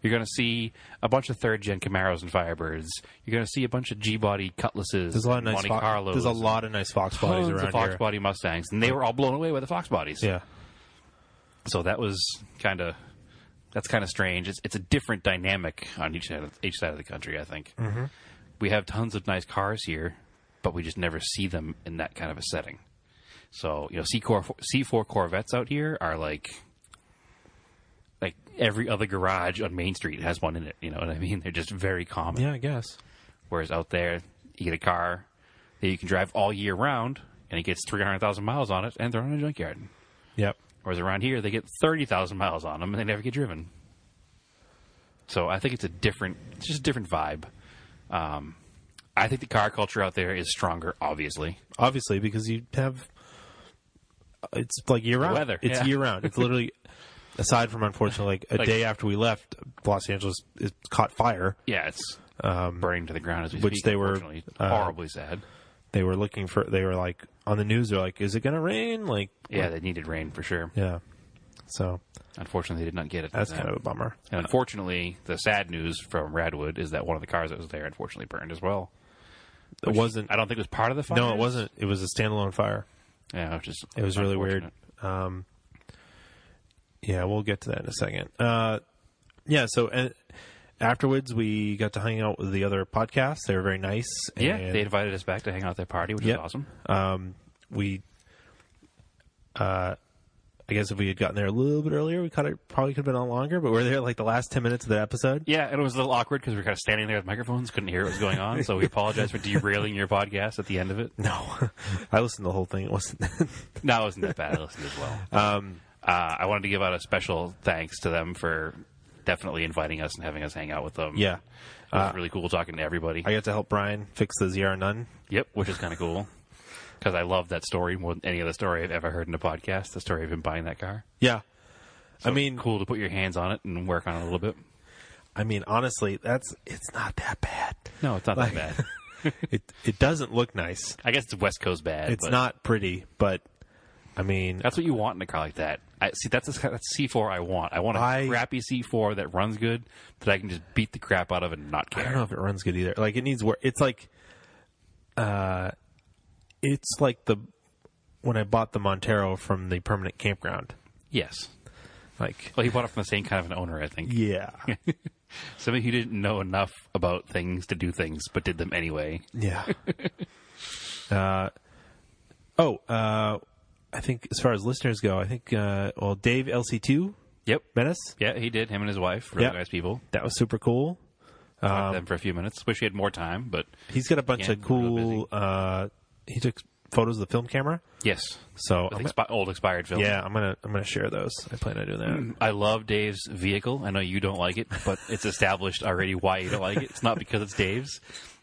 [SPEAKER 2] you're going to see a bunch of third gen Camaros and Firebirds. You're going to see a bunch of G body Cutlasses,
[SPEAKER 1] There's a lot of nice
[SPEAKER 2] and Monte
[SPEAKER 1] Fo-
[SPEAKER 2] Carlos.
[SPEAKER 1] There's a lot of nice Fox bodies
[SPEAKER 2] Tons
[SPEAKER 1] around
[SPEAKER 2] of Fox
[SPEAKER 1] here.
[SPEAKER 2] body Mustangs, and they were all blown away by the Fox bodies.
[SPEAKER 1] Yeah.
[SPEAKER 2] So that was kind of that's kind of strange. It's it's a different dynamic on each side of, each side of the country. I think we have tons of nice cars here, but we just never see them in that kind of a setting. So you know, C four C four Corvettes out here are like like every other garage on Main Street has one in it. You know what I mean? They're just very common.
[SPEAKER 1] Yeah, I guess.
[SPEAKER 2] Whereas out there, you get a car that you can drive all year round, and it gets three hundred thousand miles on it, and thrown in a junkyard.
[SPEAKER 1] Yep.
[SPEAKER 2] Whereas around here, they get 30,000 miles on them and they never get driven. So I think it's a different, it's just a different vibe. Um, I think the car culture out there is stronger, obviously.
[SPEAKER 1] Obviously, because you have uh, it's like year round.
[SPEAKER 2] weather,
[SPEAKER 1] It's
[SPEAKER 2] yeah.
[SPEAKER 1] year round. It's
[SPEAKER 2] *laughs*
[SPEAKER 1] literally aside from unfortunately like a
[SPEAKER 2] Like-
[SPEAKER 1] day after we left, Los Angeles it caught fire.
[SPEAKER 2] Yeah, it's burning to the ground as we
[SPEAKER 1] Um, which
[SPEAKER 2] speak,
[SPEAKER 1] they were,
[SPEAKER 2] unfortunately. It's
[SPEAKER 1] uh,
[SPEAKER 2] horribly sad.
[SPEAKER 1] They were looking for. They were like on the news. They're like, "Is it gonna rain?" Like,
[SPEAKER 2] Yeah, they needed rain for sure.
[SPEAKER 1] yeah. So
[SPEAKER 2] Unfortunately, they did not get it.
[SPEAKER 1] that's
[SPEAKER 2] Uh,
[SPEAKER 1] kind of a bummer.
[SPEAKER 2] And unfortunately, the sad news from Radwood is that one of the cars that was there unfortunately burned as well.
[SPEAKER 1] It wasn't.
[SPEAKER 2] I don't think it was part of the fire.
[SPEAKER 1] No, it wasn't. It was a standalone fire.
[SPEAKER 2] Yeah, which is
[SPEAKER 1] It was really weird.
[SPEAKER 2] unfortunate.
[SPEAKER 1] Um, yeah, we'll get to that in a second. Uh, yeah, so and afterwards we got to hang out with the other podcasts. They were very nice.
[SPEAKER 2] Yeah,
[SPEAKER 1] and,
[SPEAKER 2] they invited us back to hang out at their party, which
[SPEAKER 1] Yep.
[SPEAKER 2] is awesome.
[SPEAKER 1] um, we. Uh, I guess if we had gotten there a little bit earlier, we could have, probably could have been on longer. But we're there like the last ten minutes of the episode.
[SPEAKER 2] Yeah, and it was a little awkward because we were kind of standing there with microphones, couldn't hear what was going on. *laughs* So we apologize for derailing your podcast at the end of it.
[SPEAKER 1] No, *laughs* I listened to the whole thing. It wasn't.
[SPEAKER 2] No, it wasn't that bad. I listened as well.
[SPEAKER 1] um,
[SPEAKER 2] Uh, I wanted to give out a special thanks to them for definitely inviting us and having us hang out with them.
[SPEAKER 1] yeah, *laughs*
[SPEAKER 2] It was really cool talking to everybody.
[SPEAKER 1] I got to help Brian fix the ZR Nun.
[SPEAKER 2] yep, which is kind of cool because I love that story more than any other story I've ever heard in a podcast. The story of him buying that car.
[SPEAKER 1] Yeah, I mean,
[SPEAKER 2] Cool to put your hands on it and work on it a little bit.
[SPEAKER 1] I mean, honestly, that's it's not that bad.
[SPEAKER 2] No, it's not
[SPEAKER 1] Like-
[SPEAKER 2] that bad.
[SPEAKER 1] It it doesn't look nice.
[SPEAKER 2] I guess it's West Coast bad.
[SPEAKER 1] It's
[SPEAKER 2] but-
[SPEAKER 1] not pretty, but I mean,
[SPEAKER 2] That's what you want in a car like that. I see. That's the that's C four I want. I want a
[SPEAKER 1] I-
[SPEAKER 2] crappy C four that runs good that I can just beat the crap out of and not
[SPEAKER 1] I don't
[SPEAKER 2] care.
[SPEAKER 1] know if it runs good either. Like it needs work. It's like, uh, it's like the when I bought the Montero from the permanent campground.
[SPEAKER 2] Yes.
[SPEAKER 1] Like,
[SPEAKER 2] Well, he bought it from the same kind of an owner, I think.
[SPEAKER 1] yeah,
[SPEAKER 2] Somebody who didn't know enough about things to do things, but did them anyway.
[SPEAKER 1] *laughs* yeah. *laughs* uh, oh, uh, I think as far as listeners go, I think uh, well, Dave LC two
[SPEAKER 2] Yep.
[SPEAKER 1] met us.
[SPEAKER 2] Yeah, he did. Him and his wife, really
[SPEAKER 1] Yep.
[SPEAKER 2] nice people.
[SPEAKER 1] That was super cool.
[SPEAKER 2] Talked
[SPEAKER 1] Um,
[SPEAKER 2] to them for a few minutes. Wish he had more time, but
[SPEAKER 1] He's got a bunch
[SPEAKER 2] Yeah,
[SPEAKER 1] of
[SPEAKER 2] real busy.
[SPEAKER 1] cool. Uh, he took photos of the film camera,
[SPEAKER 2] yes,
[SPEAKER 1] so
[SPEAKER 2] with
[SPEAKER 1] I'm-
[SPEAKER 2] expi- old expired film.
[SPEAKER 1] yeah, I'm gonna I'm gonna share those. I plan on doing that.
[SPEAKER 2] I love Dave's vehicle. I know you don't like it, but it's established already why you don't like it. It's not because it's Dave's.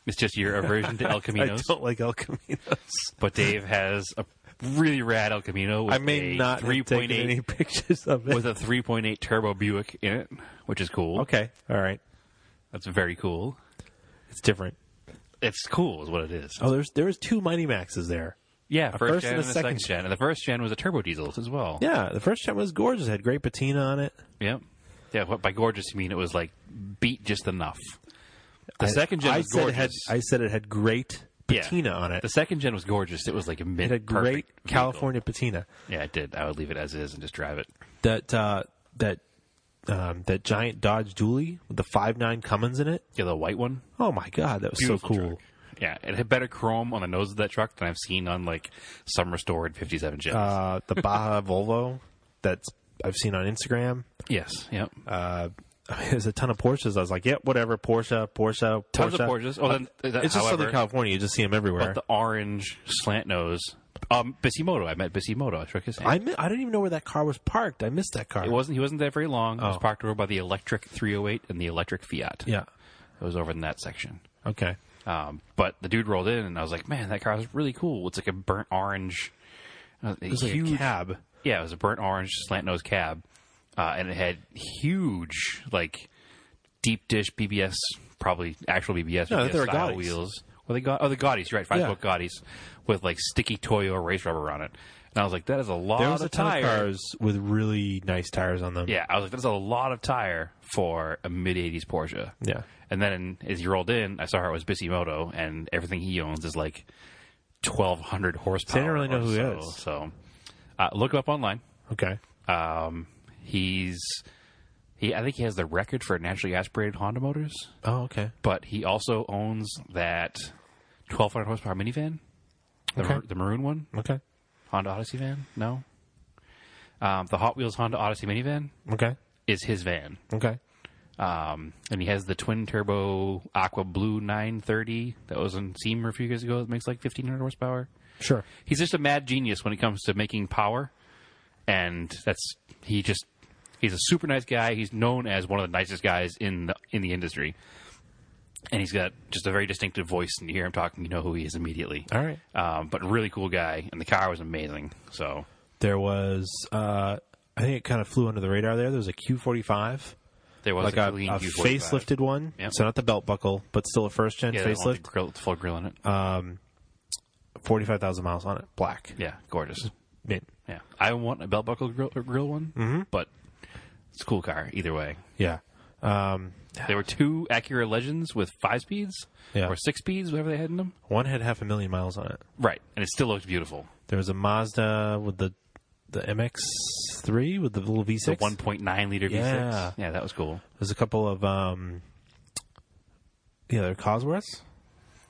[SPEAKER 2] It's just your aversion to
[SPEAKER 1] *laughs*
[SPEAKER 2] El
[SPEAKER 1] I
[SPEAKER 2] Camino's.
[SPEAKER 1] don't like El Caminos.
[SPEAKER 2] but Dave has a really rad El Camino. With
[SPEAKER 1] I may
[SPEAKER 2] a
[SPEAKER 1] not have taken
[SPEAKER 2] 3.8
[SPEAKER 1] any pictures of it.
[SPEAKER 2] with a 3.8 turbo Buick in it, which is cool.
[SPEAKER 1] okay, all right,
[SPEAKER 2] that's very cool.
[SPEAKER 1] it's different.
[SPEAKER 2] It's cool, is what it is.
[SPEAKER 1] Oh, there's there was two Mighty Maxes there.
[SPEAKER 2] yeah,
[SPEAKER 1] first
[SPEAKER 2] first, gen
[SPEAKER 1] and
[SPEAKER 2] and
[SPEAKER 1] a
[SPEAKER 2] the
[SPEAKER 1] second
[SPEAKER 2] second gen, and the first gen was a turbo diesel as well.
[SPEAKER 1] Yeah, the first gen was gorgeous. It had great patina on it.
[SPEAKER 2] yeah, yeah. What by gorgeous you mean it was like beat just enough. The
[SPEAKER 1] I-
[SPEAKER 2] second gen
[SPEAKER 1] I
[SPEAKER 2] was
[SPEAKER 1] said
[SPEAKER 2] gorgeous.
[SPEAKER 1] it had I said it had great
[SPEAKER 2] Yeah.
[SPEAKER 1] patina on it.
[SPEAKER 2] the second gen was gorgeous. It was like a
[SPEAKER 1] It
[SPEAKER 2] mint,
[SPEAKER 1] had
[SPEAKER 2] perfect
[SPEAKER 1] great
[SPEAKER 2] vehicle.
[SPEAKER 1] California patina.
[SPEAKER 2] Yeah, it did. I would leave it as is and just drive it.
[SPEAKER 1] That uh, that um, that giant Dodge Dually with the five nine Cummins in it.
[SPEAKER 2] Yeah, the white one.
[SPEAKER 1] Oh my god, that was so
[SPEAKER 2] Beautiful
[SPEAKER 1] cool.
[SPEAKER 2] truck. Yeah, it had better chrome on the nose of that truck than I've seen on like some restored '57 Jets.
[SPEAKER 1] Uh,
[SPEAKER 2] *laughs*
[SPEAKER 1] the Baja Volvo that's I've seen on Instagram. *laughs*
[SPEAKER 2] yes, yep.
[SPEAKER 1] Uh, I mean, there's a ton of Porsches. I was like, yep, whatever, Porsche, Porsche, Porsche.
[SPEAKER 2] Tons of Porsches. Oh, then that-
[SPEAKER 1] It's just
[SPEAKER 2] however,
[SPEAKER 1] Southern California. You just see them everywhere.
[SPEAKER 2] the orange slant nose. Um, Bisimoto. I met Bisimoto. I shook his hand.
[SPEAKER 1] I mi- I don't even know where that car was parked. I missed that car.
[SPEAKER 2] it wasn't. He wasn't there very long. It was
[SPEAKER 1] Oh.
[SPEAKER 2] parked over by the electric 308 and the electric Fiat.
[SPEAKER 1] Yeah.
[SPEAKER 2] it was over in that section.
[SPEAKER 1] Okay.
[SPEAKER 2] Um, but the dude rolled in, and I was like, "Man, that car is really cool. It's like a burnt orange, a
[SPEAKER 1] It was like
[SPEAKER 2] huge
[SPEAKER 1] a cab.
[SPEAKER 2] Yeah, it was a burnt orange slant nose cab, uh, and it had huge like deep dish BBS, probably actual BBS.
[SPEAKER 1] No,
[SPEAKER 2] BBS
[SPEAKER 1] they were
[SPEAKER 2] style
[SPEAKER 1] Gaudis.
[SPEAKER 2] wheels. Well, they got oh the Gaudis, you're right? Five
[SPEAKER 1] Yeah.
[SPEAKER 2] foot Gaudis with like sticky Toyo race rubber on it. And I was like, that is a lot
[SPEAKER 1] There was
[SPEAKER 2] of
[SPEAKER 1] a ton
[SPEAKER 2] tire.
[SPEAKER 1] of cars with really nice tires on them.
[SPEAKER 2] Yeah, I was like, that's a lot of tire for a mid '80s Porsche.
[SPEAKER 1] Yeah.
[SPEAKER 2] And then as you rolled in, I saw it was Bisimoto, and everything he owns is like 1,200 horsepower.
[SPEAKER 1] I don't really know
[SPEAKER 2] or
[SPEAKER 1] who he
[SPEAKER 2] so,
[SPEAKER 1] is.
[SPEAKER 2] So uh, look him up online.
[SPEAKER 1] Okay.
[SPEAKER 2] He's he. I think he has the record for naturally aspirated Honda motors,
[SPEAKER 1] Oh, okay.
[SPEAKER 2] but he also owns that 1,200 horsepower minivan, the, mar-
[SPEAKER 1] Okay.
[SPEAKER 2] the maroon one,
[SPEAKER 1] Okay.
[SPEAKER 2] Honda Odyssey van. No, um, the Hot Wheels Honda Odyssey minivan
[SPEAKER 1] Okay.
[SPEAKER 2] is his van.
[SPEAKER 1] Okay.
[SPEAKER 2] Um, and he has the twin turbo Aqua Blue 930 that was on Seam a few years ago. It makes like 1500 horsepower.
[SPEAKER 1] Sure.
[SPEAKER 2] He's just a mad genius when it comes to making power. And that's, he just, he's a super nice guy. He's known as one of the nicest guys in the, in the industry. And he's got just a very distinctive voice. And you hear him talking, you know who he is immediately.
[SPEAKER 1] All right.
[SPEAKER 2] Um, but really cool guy. And the car was amazing. So,
[SPEAKER 1] There was, uh, I think it kind of flew under the radar there. There was a Q45,
[SPEAKER 2] there was
[SPEAKER 1] like
[SPEAKER 2] a,
[SPEAKER 1] a,
[SPEAKER 2] clean
[SPEAKER 1] a
[SPEAKER 2] Q45.
[SPEAKER 1] facelifted one.
[SPEAKER 2] Yep.
[SPEAKER 1] So not the belt buckle, but still a first gen
[SPEAKER 2] Yeah, the one with
[SPEAKER 1] facelift. Uh.
[SPEAKER 2] the grill, full grill in it.
[SPEAKER 1] 45,000 miles on it. Black.
[SPEAKER 2] yeah, gorgeous.
[SPEAKER 1] Mint.
[SPEAKER 2] Yeah, I want a belt buckle grill, uh, grill one,
[SPEAKER 1] Mm-hmm.
[SPEAKER 2] but it's a cool car either way.
[SPEAKER 1] Yeah. Um,
[SPEAKER 2] There were two Acura Legends with five speeds
[SPEAKER 1] Yeah.
[SPEAKER 2] or six speeds, whatever they had in them.
[SPEAKER 1] one had half a million miles on it.
[SPEAKER 2] Right, and it still looked beautiful.
[SPEAKER 1] There was a Mazda with the the MX3 with the little V6.
[SPEAKER 2] The 1.9 liter
[SPEAKER 1] Yeah.
[SPEAKER 2] V6. Yeah, that was cool.
[SPEAKER 1] There's a couple of um, yeah, there are Cosworths,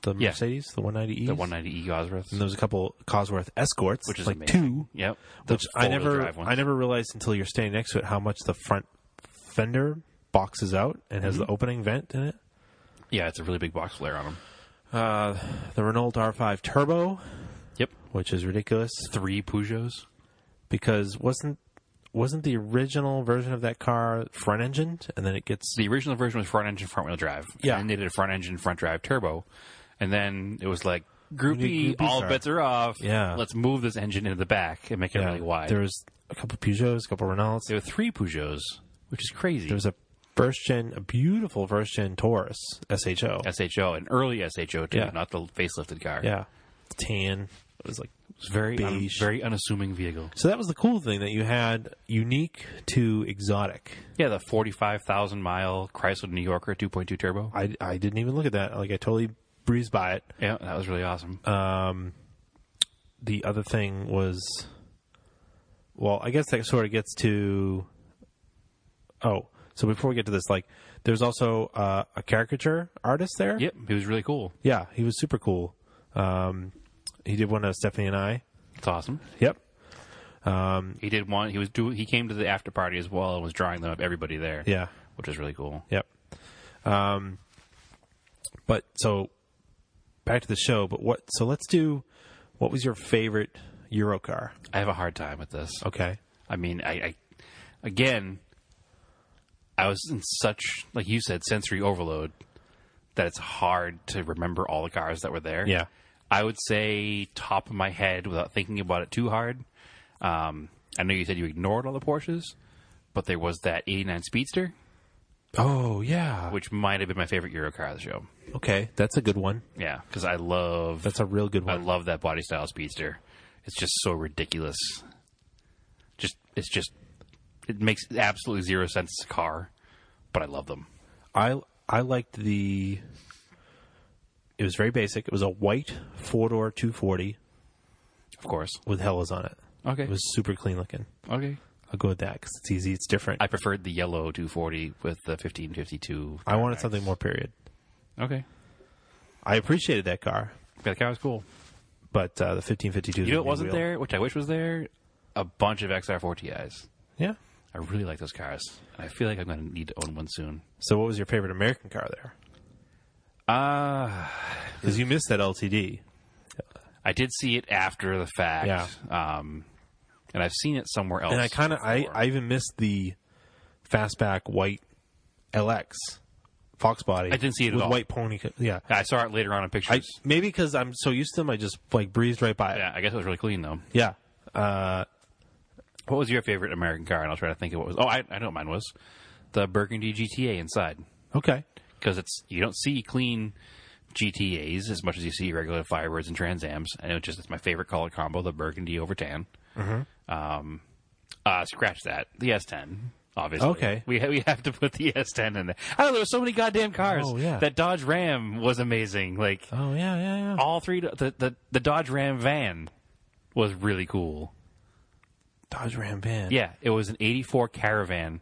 [SPEAKER 1] the
[SPEAKER 2] Yeah.
[SPEAKER 1] Mercedes, the 190E,
[SPEAKER 2] The 190e Gosworth,
[SPEAKER 1] And there was a couple Cosworth Escorts,
[SPEAKER 2] which is
[SPEAKER 1] like
[SPEAKER 2] amazing.
[SPEAKER 1] two,
[SPEAKER 2] Yep. The
[SPEAKER 1] which I
[SPEAKER 2] four-wheel
[SPEAKER 1] never
[SPEAKER 2] drive ones.
[SPEAKER 1] I never realized until you're standing next to it how much the front fender boxes out and
[SPEAKER 2] Mm-hmm.
[SPEAKER 1] has the opening vent in it.
[SPEAKER 2] Yeah, it's a really big box flare on them.
[SPEAKER 1] The Renault R5 Turbo,
[SPEAKER 2] Yep.
[SPEAKER 1] which is ridiculous
[SPEAKER 2] Three Peugeots.
[SPEAKER 1] because wasn't wasn't the original version of that car front engined and then it gets
[SPEAKER 2] The original version was front engine, front wheel drive.
[SPEAKER 1] Yeah.
[SPEAKER 2] And then they did a front engine, front drive turbo, and then it was like. Groupie,
[SPEAKER 1] need groupies
[SPEAKER 2] all
[SPEAKER 1] are-
[SPEAKER 2] bets are off.
[SPEAKER 1] Yeah.
[SPEAKER 2] Let's move this engine into the back and make it
[SPEAKER 1] Yeah,
[SPEAKER 2] really wide.
[SPEAKER 1] There was a couple Peugeots, a couple Renaults.
[SPEAKER 2] There were three Peugeots, which is crazy.
[SPEAKER 1] There was a first gen, a beautiful first gen Taurus SHO.
[SPEAKER 2] SHO, an early SHO too,
[SPEAKER 1] Yeah.
[SPEAKER 2] not the facelifted car.
[SPEAKER 1] Yeah, tan. It was like
[SPEAKER 2] It was very un-
[SPEAKER 1] Beige.
[SPEAKER 2] very unassuming vehicle.
[SPEAKER 1] so. That was the cool thing that you had unique to exotic.
[SPEAKER 2] Yeah, the forty five thousand mile Chrysler New Yorker two point two turbo.
[SPEAKER 1] I I didn't even look at that. Like I totally breezed by it.
[SPEAKER 2] Yeah, that was really awesome.
[SPEAKER 1] Uh, The other thing was, well, I guess that sort of gets to. Oh, so before we get to this, like, there's also uh, a caricature artist there.
[SPEAKER 2] yep, it was really cool.
[SPEAKER 1] Yeah, he was super cool. Um, he did one of Stephanie and I.
[SPEAKER 2] It's awesome.
[SPEAKER 1] Yep.
[SPEAKER 2] He did one. He was do. He came to the after party as well and was drawing them up. Everybody there.
[SPEAKER 1] Yeah.
[SPEAKER 2] which was really cool.
[SPEAKER 1] Yep. Um, but so back to the show. But what? So let's do. What was your favorite Euro car?
[SPEAKER 2] I have a hard time with this.
[SPEAKER 1] Okay.
[SPEAKER 2] I mean, I, I again, I was in such like you said sensory overload that it's hard to remember all the cars that were there.
[SPEAKER 1] Yeah.
[SPEAKER 2] I would say top of my head without thinking about it too hard. Um, I know you said you ignored all the Porsches, but there was that '89 Speedster,
[SPEAKER 1] Oh yeah.
[SPEAKER 2] which might have been my favorite Euro car of the show.
[SPEAKER 1] Okay, that's a good one.
[SPEAKER 2] Yeah, because I love
[SPEAKER 1] That's a real good
[SPEAKER 2] I
[SPEAKER 1] one.
[SPEAKER 2] love that body style speedster. It's just so ridiculous. Just it's just it makes absolutely zero sense as a car, but I love them.
[SPEAKER 1] I I liked the. It was very basic. It was a white four door 240
[SPEAKER 2] Of course.
[SPEAKER 1] with Hellas on it.
[SPEAKER 2] Okay.
[SPEAKER 1] It was super clean looking.
[SPEAKER 2] okay.
[SPEAKER 1] I'll go with that because it's easy. It's different.
[SPEAKER 2] I preferred the yellow 240 with the 1552.
[SPEAKER 1] I wanted something more. Period.
[SPEAKER 2] Okay.
[SPEAKER 1] I appreciated that car,
[SPEAKER 2] Yeah, the car was cool.
[SPEAKER 1] but uh, the 1552.
[SPEAKER 2] You know, it wasn't there, which I wish was there. A bunch of XR4Tis.
[SPEAKER 1] Yeah.
[SPEAKER 2] I really like those cars. I feel like I'm going to need to own one soon.
[SPEAKER 1] So, what was your favorite American car there?
[SPEAKER 2] Ah,
[SPEAKER 1] Because you missed that LTD.
[SPEAKER 2] I did see it after the fact. Um, and I've seen it somewhere else.
[SPEAKER 1] And I kind of, I,
[SPEAKER 2] before.
[SPEAKER 1] I even missed the fastback white LX Fox body.
[SPEAKER 2] I didn't see it at
[SPEAKER 1] with
[SPEAKER 2] all.
[SPEAKER 1] white pony. co- Yeah.
[SPEAKER 2] I saw it later on in
[SPEAKER 1] I
[SPEAKER 2] pictures.
[SPEAKER 1] maybe because I'm so used to them, I just like breezed right by it.
[SPEAKER 2] yeah, I guess it was really clean though.
[SPEAKER 1] Yeah.
[SPEAKER 2] What was your favorite American car? And I'll try to think of what was. Oh, I, I know what mine was. The Burgundy GTA inside.
[SPEAKER 1] Okay.
[SPEAKER 2] because it's you don't see clean GTAs as much as you see regular Firebirds and Transams. And it just it's my favorite color combo, the burgundy over tan. Mm-hmm. Um, uh, scratch that, the S10. Obviously,
[SPEAKER 1] Okay.
[SPEAKER 2] We ha- we have to put the S10 in there. I don't know. There were so many goddamn cars.
[SPEAKER 1] Oh, yeah.
[SPEAKER 2] That Dodge Ram was amazing. Like
[SPEAKER 1] Oh yeah, yeah, yeah.
[SPEAKER 2] all three. The, the the Dodge Ram van was really cool.
[SPEAKER 1] Dodge Ram van.
[SPEAKER 2] Yeah, it was an '84 Caravan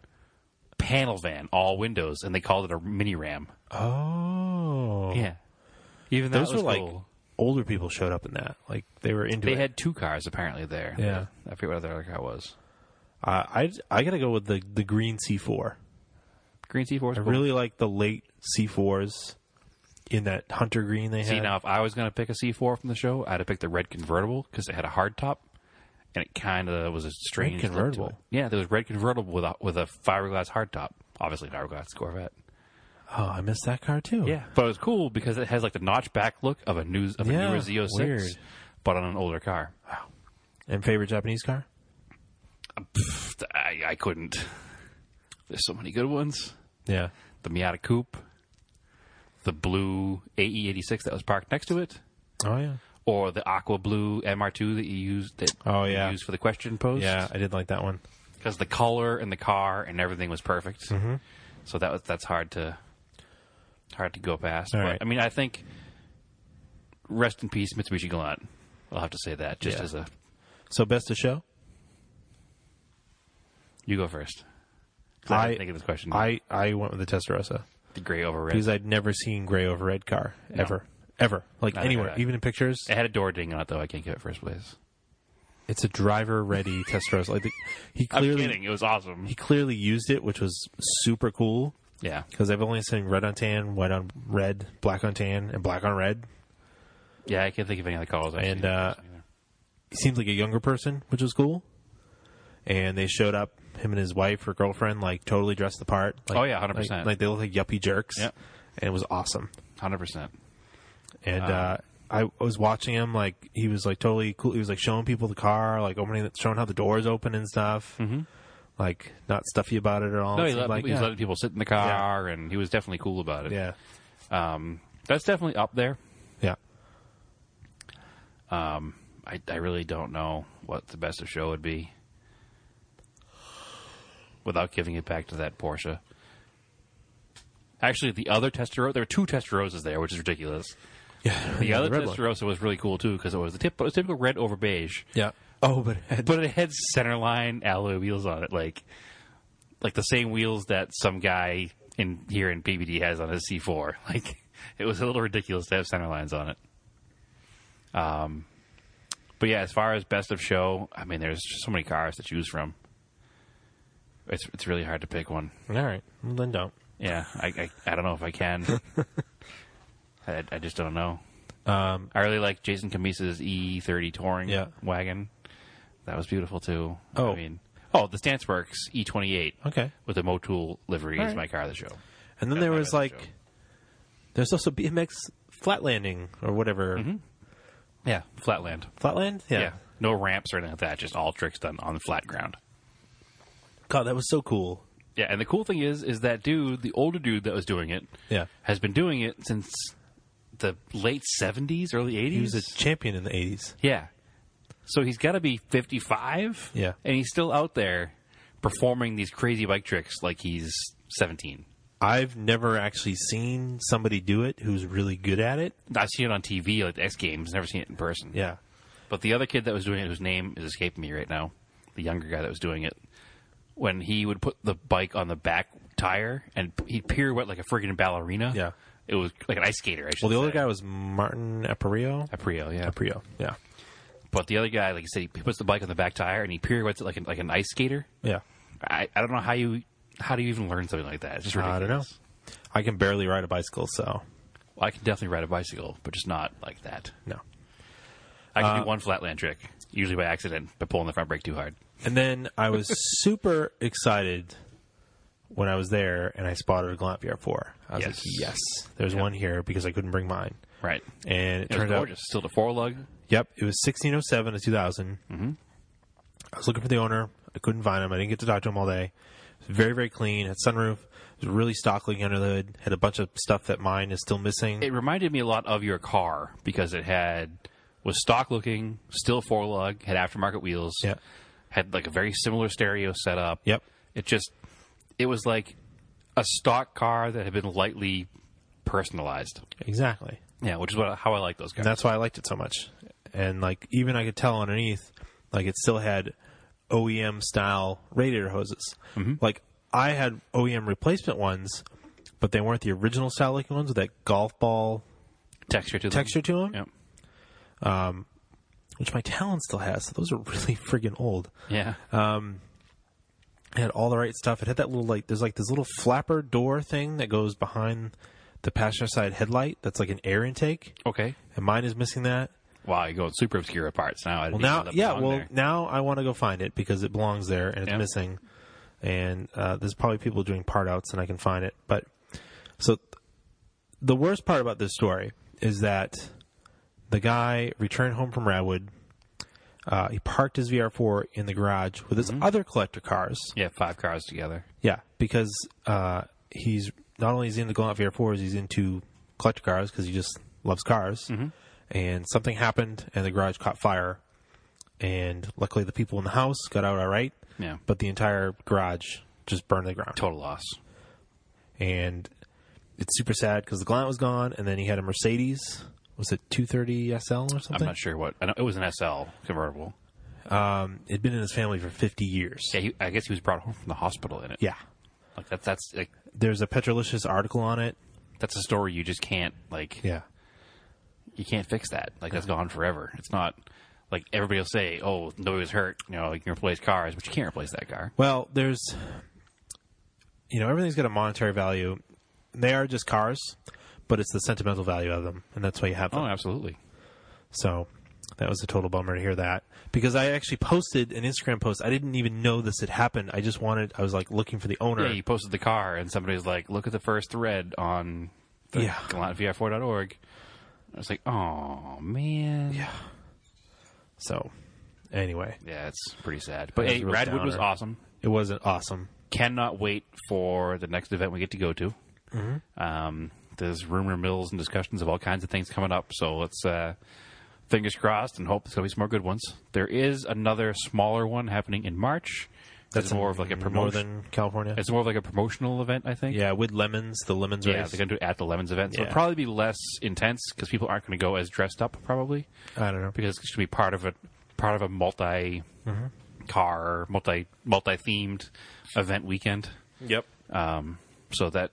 [SPEAKER 2] panel van, all windows, and they called it a mini Ram.
[SPEAKER 1] Oh.
[SPEAKER 2] Yeah, even that
[SPEAKER 1] Those were
[SPEAKER 2] was
[SPEAKER 1] like
[SPEAKER 2] cool.
[SPEAKER 1] older people showed up in that. Like they were into
[SPEAKER 2] They
[SPEAKER 1] it.
[SPEAKER 2] had two cars apparently there.
[SPEAKER 1] Yeah.
[SPEAKER 2] I forget what other car was.
[SPEAKER 1] I I I gotta go with the the green C4.
[SPEAKER 2] Green C4 was
[SPEAKER 1] I
[SPEAKER 2] cool.
[SPEAKER 1] really like the late C4s in that hunter green they had.
[SPEAKER 2] See now, if I was going to pick a C4 from the show, I'd have picked the red convertible because it had a hard top, and it kind of was a strange look to
[SPEAKER 1] convertible?
[SPEAKER 2] it. Yeah, there was red convertible with a, with a fiberglass hard top. Obviously, an hourglass Corvette.
[SPEAKER 1] Oh, I missed that car too.
[SPEAKER 2] but it was cool because it has like the notchback look of a new of a
[SPEAKER 1] Yeah,
[SPEAKER 2] newer Z06,
[SPEAKER 1] weird.
[SPEAKER 2] but on an older car.
[SPEAKER 1] And favorite Japanese car?
[SPEAKER 2] Pfft, I, I couldn't. There's so many good ones.
[SPEAKER 1] Yeah.
[SPEAKER 2] The Miata Coupe, the blue AE86 that was parked next to it.
[SPEAKER 1] Oh yeah.
[SPEAKER 2] or the aqua blue MR2 that you used that
[SPEAKER 1] Oh,
[SPEAKER 2] you
[SPEAKER 1] yeah.
[SPEAKER 2] used for the question post.
[SPEAKER 1] Yeah, I did like that one.
[SPEAKER 2] because the color and the car and everything was perfect. Mm-hmm. So that was that's hard to hard to go past.
[SPEAKER 1] All
[SPEAKER 2] but,
[SPEAKER 1] right.
[SPEAKER 2] I mean, I think rest in peace Mitsubishi Galant. I'll have to say that just
[SPEAKER 1] Yeah.
[SPEAKER 2] as a
[SPEAKER 1] So best of show?
[SPEAKER 2] you go first. 'Cause I,
[SPEAKER 1] I-
[SPEAKER 2] didn't think of this question.
[SPEAKER 1] I I went with the Testarossa
[SPEAKER 2] the gray over red.
[SPEAKER 1] because I'd never seen gray over red car ever. Ever. Like
[SPEAKER 2] Neither
[SPEAKER 1] anywhere,
[SPEAKER 2] had I. Eh.
[SPEAKER 1] even in pictures.
[SPEAKER 2] It had a door ding on it though. I can't give it first place.
[SPEAKER 1] It's a driver
[SPEAKER 2] *laughs*
[SPEAKER 1] ready Testarossa. Like the, he
[SPEAKER 2] I'm
[SPEAKER 1] clearly
[SPEAKER 2] kidding. It was awesome.
[SPEAKER 1] he clearly used it, which was super cool.
[SPEAKER 2] Yeah.
[SPEAKER 1] Because I've only seen red on tan, white on red, black on tan, and black on red.
[SPEAKER 2] Yeah, I can't think of any other colors. I've
[SPEAKER 1] And,
[SPEAKER 2] seen.
[SPEAKER 1] uh, He seems like a younger person, which was cool. And they showed up, him and his wife or girlfriend, like totally dressed the part. Like,
[SPEAKER 2] Oh, yeah, 100%.
[SPEAKER 1] Like, like they look like yuppie jerks.
[SPEAKER 2] Yep.
[SPEAKER 1] And it was awesome.
[SPEAKER 2] hundred percent.
[SPEAKER 1] And
[SPEAKER 2] Uh-huh.
[SPEAKER 1] uh, I was watching him, like he was like totally cool. He was like showing people the car, like opening, the, showing how the doors open and stuff. Mm-hmm. Like not stuffy about it at all.
[SPEAKER 2] No,
[SPEAKER 1] It
[SPEAKER 2] he,
[SPEAKER 1] seemed
[SPEAKER 2] let,
[SPEAKER 1] like,
[SPEAKER 2] he was
[SPEAKER 1] yeah.
[SPEAKER 2] letting people sit in the car, and he was definitely cool about it.
[SPEAKER 1] yeah,
[SPEAKER 2] That's definitely up there. *laughs*
[SPEAKER 1] yeah.
[SPEAKER 2] I, I really don't know what the best of show would be without giving it back to that Porsche. Actually, the other Testarossa, there were two Testarosas there, which is ridiculous.
[SPEAKER 1] Yeah,
[SPEAKER 2] The other
[SPEAKER 1] red one.
[SPEAKER 2] Testarossa was really cool too because it was the tip, it was typical red over beige,
[SPEAKER 1] Yeah. Oh, but *laughs* it had-
[SPEAKER 2] but it had centerline alloy wheels on it, like like the same wheels that some guy in here in PBD has on his C4. *laughs* Like it was a little ridiculous to have center lines on it. Um, but yeah, as far as best of show, I mean, there's just so many cars to choose from. It's it's really hard to pick one.
[SPEAKER 1] all right. Well, then don't.
[SPEAKER 2] Yeah, I I, I don't know if I can. I, I just don't know.
[SPEAKER 1] Um,
[SPEAKER 2] I really like Jason Kamisa's E30 touring
[SPEAKER 1] Yeah.
[SPEAKER 2] wagon. That was beautiful too.
[SPEAKER 1] Oh.
[SPEAKER 2] I mean, oh, the Stance Works E28
[SPEAKER 1] okay.
[SPEAKER 2] with the Motul livery
[SPEAKER 1] All
[SPEAKER 2] is
[SPEAKER 1] right.
[SPEAKER 2] my car of the show.
[SPEAKER 1] And then
[SPEAKER 2] That's
[SPEAKER 1] there
[SPEAKER 2] my
[SPEAKER 1] was
[SPEAKER 2] best of
[SPEAKER 1] like,
[SPEAKER 2] show.
[SPEAKER 1] there's also BMX flat landing or whatever.
[SPEAKER 2] Yeah, flatland.
[SPEAKER 1] Flatland? Yeah.
[SPEAKER 2] Mm-hmm. Yeah. no ramps or anything like that. Just all tricks done on the flat ground.
[SPEAKER 1] God, that was so cool.
[SPEAKER 2] Yeah, and the cool thing is, is that dude, the older dude that was doing it,
[SPEAKER 1] Yeah.
[SPEAKER 2] has been doing it since the late seventies, early
[SPEAKER 1] He was
[SPEAKER 2] eighties.
[SPEAKER 1] a champion in the 80s.
[SPEAKER 2] yeah, so he's got to be fifty-five.
[SPEAKER 1] Yeah.
[SPEAKER 2] and he's still out there performing these crazy bike tricks like he's seventeen.
[SPEAKER 1] I've never actually seen somebody do it who's really good at it.
[SPEAKER 2] I've seen it on TV, like the X Games. Never seen it in person.
[SPEAKER 1] Yeah.
[SPEAKER 2] But the other kid that was doing it, whose name is escaping me right now, the younger guy that was doing it, when he would put the bike on the back tire and p- he'd pirouette like a friggin' ballerina.
[SPEAKER 1] Yeah.
[SPEAKER 2] It was like an ice skater, I should
[SPEAKER 1] Well, the other
[SPEAKER 2] say.
[SPEAKER 1] guy was Martin Aperio.
[SPEAKER 2] Aprio, yeah.
[SPEAKER 1] Aperio. Yeah.
[SPEAKER 2] But the other guy, like you said, he puts the bike on the back tire and he pirouettes it like an, like an ice skater.
[SPEAKER 1] Yeah.
[SPEAKER 2] I, I don't know how you how do you even learn something like that. It's just ridiculous.
[SPEAKER 1] I don't know. I can barely ride a bicycle, so
[SPEAKER 2] Well, I can definitely ride a bicycle, but just not like that.
[SPEAKER 1] no.
[SPEAKER 2] I
[SPEAKER 1] Uh,
[SPEAKER 2] can do one flatland trick, usually by accident, by pulling the front brake too hard.
[SPEAKER 1] And then I *laughs* was super excited when I was there and I spotted a Glant VR4. I was
[SPEAKER 2] Yes.
[SPEAKER 1] like, yes, there's one here because I couldn't bring mine.
[SPEAKER 2] Right.
[SPEAKER 1] And it,
[SPEAKER 2] It was
[SPEAKER 1] turned out,
[SPEAKER 2] gorgeous. Still the four lug.
[SPEAKER 1] yep, it was 1607 Mm-hmm. to 2000. I was looking for the owner. I couldn't find him. I didn't get to talk to him all day. very very clean. Had sunroof. It was really stock looking under the hood. Had a bunch of stuff that mine is still missing.
[SPEAKER 2] It reminded me a lot of your car because it had was stock looking, still four lug, had aftermarket wheels,
[SPEAKER 1] Yeah.
[SPEAKER 2] had like a very similar stereo setup.
[SPEAKER 1] Yep.
[SPEAKER 2] It just it was like a stock car that had been lightly personalized.
[SPEAKER 1] exactly.
[SPEAKER 2] Yeah, which is what how I like those cars.
[SPEAKER 1] And that's why I liked it so much. And like even I could tell underneath, like it still had OEM style radiator hoses. Like I had OEM replacement ones, but they weren't the original style looking ones with that golf ball
[SPEAKER 2] texture to them.
[SPEAKER 1] texture to them,
[SPEAKER 2] Yeah.
[SPEAKER 1] which my Talon still has. So those are *laughs* really friggin' old.
[SPEAKER 2] Yeah.
[SPEAKER 1] Uh, It had all the right stuff. It had that little like there's like this little flapper door thing that goes behind the passenger side headlight. That's like an air intake,
[SPEAKER 2] okay.
[SPEAKER 1] and mine is missing that.
[SPEAKER 2] Wow, you're going super obscure parts now. I
[SPEAKER 1] Well,
[SPEAKER 2] didn't even
[SPEAKER 1] now,
[SPEAKER 2] know that
[SPEAKER 1] yeah.
[SPEAKER 2] belonged
[SPEAKER 1] Well,
[SPEAKER 2] there.
[SPEAKER 1] now I want to go find it because it belongs there and it's
[SPEAKER 2] Yeah.
[SPEAKER 1] missing. And uh, there's probably people doing part outs, and I can find it. But so th- the worst part about this story is that the guy returned home from Radwood. Uh, he parked his VR4 in the garage with
[SPEAKER 2] Mm-hmm.
[SPEAKER 1] his other collector cars.
[SPEAKER 2] yeah, five cars together.
[SPEAKER 1] Yeah, because uh, he's not only is he into going out VR4s, he's into collector cars because he just loves cars.
[SPEAKER 2] Mm-hmm.
[SPEAKER 1] And something happened, and the garage caught fire. And luckily, the people in the house got out all right.
[SPEAKER 2] Yeah.
[SPEAKER 1] But the entire garage just burned to the ground.
[SPEAKER 2] Total loss.
[SPEAKER 1] And it's super sad because the Glant was gone, and then he had a Mercedes. Was it 230 SL or something?
[SPEAKER 2] I'm not sure what. I know it was an SL convertible.
[SPEAKER 1] It'd been in his family for 50 years.
[SPEAKER 2] Yeah, he, I guess he was brought home from the hospital in it.
[SPEAKER 1] Yeah.
[SPEAKER 2] like that's that's like
[SPEAKER 1] There's a Petrolicious article on it.
[SPEAKER 2] that's a story you just can't like
[SPEAKER 1] Yeah.
[SPEAKER 2] you can't fix that. Like that's gone forever. It's not like everybody will say, "Oh, nobody was hurt." You know, you can replace cars, but you can't replace that car.
[SPEAKER 1] Well, there's, you know, everything's got a monetary value. They are just cars, but it's the sentimental value of them, and that's why you have them.
[SPEAKER 2] Oh, absolutely.
[SPEAKER 1] So that was a total bummer to hear that because I actually posted an Instagram post. I didn't even know this had happened. I just wanted. I was like looking for the owner.
[SPEAKER 2] Yeah, you posted the car, and somebody's like, "Look at the first thread on the
[SPEAKER 1] Yeah.
[SPEAKER 2] GallantVR4.org." I was like, "Oh man." Yeah.
[SPEAKER 1] So anyway,
[SPEAKER 2] Yeah, it's pretty sad. But
[SPEAKER 1] That's
[SPEAKER 2] hey,
[SPEAKER 1] a real
[SPEAKER 2] Radwood was
[SPEAKER 1] downer.
[SPEAKER 2] awesome.
[SPEAKER 1] it wasn't awesome.
[SPEAKER 2] Cannot wait for the next event we get to go to. Um, there's rumor mills and discussions of all kinds of things coming up. So let's uh, fingers crossed and hope there's going to be some more good ones. There is another smaller one happening in March. That's more of like a promotion.
[SPEAKER 1] Northern California.
[SPEAKER 2] It's more of like a promotional event, I think.
[SPEAKER 1] yeah, with lemons, the lemons
[SPEAKER 2] Yeah,
[SPEAKER 1] race.
[SPEAKER 2] they're going to do it at the Lemons event, so
[SPEAKER 1] Yeah.
[SPEAKER 2] it'll probably be less intense because people aren't going to go as dressed up, probably
[SPEAKER 1] I don't know.
[SPEAKER 2] because it's going to be part of a part of a multi Mm-hmm. car, multi multi themed event weekend.
[SPEAKER 1] Yep.
[SPEAKER 2] Um, so that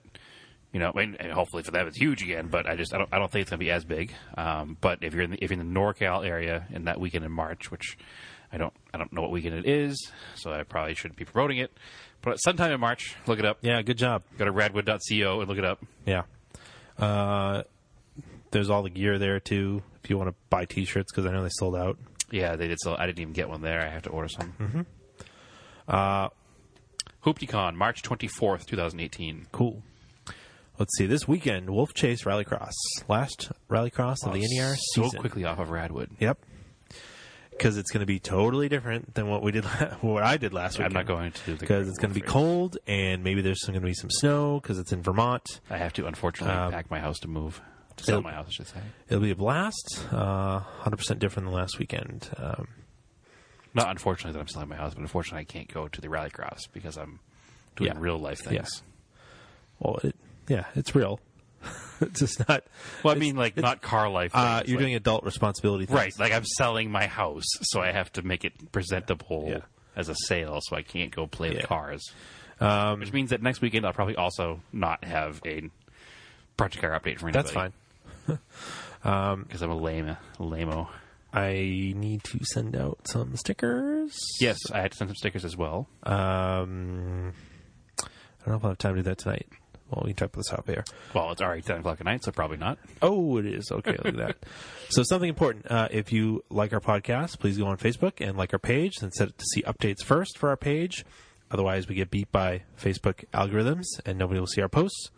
[SPEAKER 2] you know, and, and hopefully for them it's huge again. But I just I don't, I don't think it's going to be as big. Um, but if you're in the, if you're in the NorCal area in that weekend in March, which I don't I don't know what weekend it is, so I probably shouldn't be promoting it. But sometime in March, look it up.
[SPEAKER 1] Yeah. Good job.
[SPEAKER 2] Go to radwood.co and look it up.
[SPEAKER 1] Yeah. Uh, there's all the gear there too. If you want to buy T-shirts, because I know they sold out.
[SPEAKER 2] Yeah, they did. So I didn't even get one there. I have to order some. Mm-hmm. Uh, HooptyCon, March twenty fourth, two thousand eighteen.
[SPEAKER 1] Cool. Let's see. This weekend, Wolf Chase Rallycross, last Rallycross of the NER
[SPEAKER 2] Oh, so
[SPEAKER 1] season.
[SPEAKER 2] quickly off of Radwood.
[SPEAKER 1] Yep. Because it's going to be totally different than what we did, la- *laughs* what I did last week.
[SPEAKER 2] I'm not going to
[SPEAKER 1] Because it's going to be cold, and maybe there's going to be some snow because it's in Vermont.
[SPEAKER 2] I have to unfortunately pack my house to move to sell
[SPEAKER 1] Uh, it'll-
[SPEAKER 2] my house. I should say
[SPEAKER 1] It'll be a blast. Uh, 100% different than last weekend. Um,
[SPEAKER 2] not unfortunately that I'm selling my house, but unfortunately I can't go to the rallycross because I'm doing
[SPEAKER 1] Yeah.
[SPEAKER 2] real life things.
[SPEAKER 1] Yes. well, it, yeah, it's real. *laughs* it's just not.
[SPEAKER 2] Well, I mean like not car life.
[SPEAKER 1] Uh,
[SPEAKER 2] things,
[SPEAKER 1] you're
[SPEAKER 2] like-
[SPEAKER 1] doing adult responsibility things.
[SPEAKER 2] right. Like I'm selling my house, so I have to make it presentable
[SPEAKER 1] Yeah.
[SPEAKER 2] as a sale, so I can't go play
[SPEAKER 1] Yeah.
[SPEAKER 2] with cars. Um, Which means that next weekend I'll probably also not have a project car update for anybody.
[SPEAKER 1] That's fine.
[SPEAKER 2] because I'm a lame, lameo.
[SPEAKER 1] I need to send out some stickers.
[SPEAKER 2] Yes, I had to send some stickers as well.
[SPEAKER 1] Um, I don't know if I'll have time to do that tonight. Well, we can talk about this off air.
[SPEAKER 2] Well, it's already ten o'clock at night, so probably not.
[SPEAKER 1] Oh, it is. Okay, look at
[SPEAKER 2] *laughs*
[SPEAKER 1] that. So something important. Uh, if you like our podcast, please go on Facebook and like our page and set it to see updates first for our page. Otherwise, we get beat by Facebook algorithms and nobody will see our posts.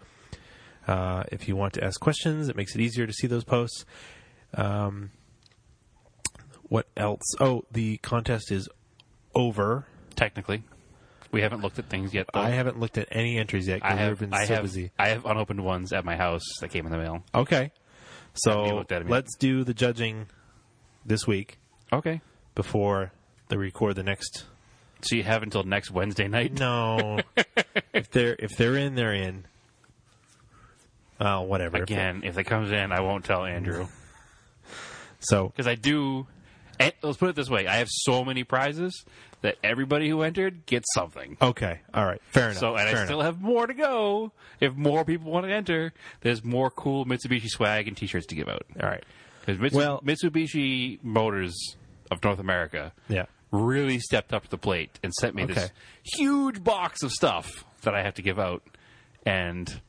[SPEAKER 1] Uh, if you want to ask questions, it makes it easier to see those posts. Um, what else? Oh, the contest is over.
[SPEAKER 2] Technically, We haven't looked at things yet. Though.
[SPEAKER 1] I haven't looked at any entries yet. 'cause
[SPEAKER 2] Oh. I have,
[SPEAKER 1] we've been
[SPEAKER 2] I
[SPEAKER 1] so
[SPEAKER 2] have,
[SPEAKER 1] busy.
[SPEAKER 2] I have unopened ones at my house that came in the mail.
[SPEAKER 1] Okay,
[SPEAKER 2] you
[SPEAKER 1] so
[SPEAKER 2] looked at 'em yet.
[SPEAKER 1] let's do the judging this week
[SPEAKER 2] Okay.
[SPEAKER 1] before they record the next.
[SPEAKER 2] So you have until next Wednesday night. *laughs*
[SPEAKER 1] No, if they're if they're in, they're in. Oh, whatever. If they're-
[SPEAKER 2] Again, if it comes in, I won't tell Andrew
[SPEAKER 1] Mm. So
[SPEAKER 2] because I do. And let's put it this way: I have so many prizes that everybody who entered gets something.
[SPEAKER 1] okay, all right, fair enough.
[SPEAKER 2] So, and
[SPEAKER 1] Oh, fair
[SPEAKER 2] I still have more to go. If more people want to enter, there's more cool Mitsubishi swag and T-shirts to give out.
[SPEAKER 1] enough. all right.
[SPEAKER 2] Because Mitsu-
[SPEAKER 1] Well-
[SPEAKER 2] Mitsubishi Motors of North America
[SPEAKER 1] Yeah.
[SPEAKER 2] really stepped up to the plate and sent me this
[SPEAKER 1] Okay.
[SPEAKER 2] huge box of stuff that I have to give out, and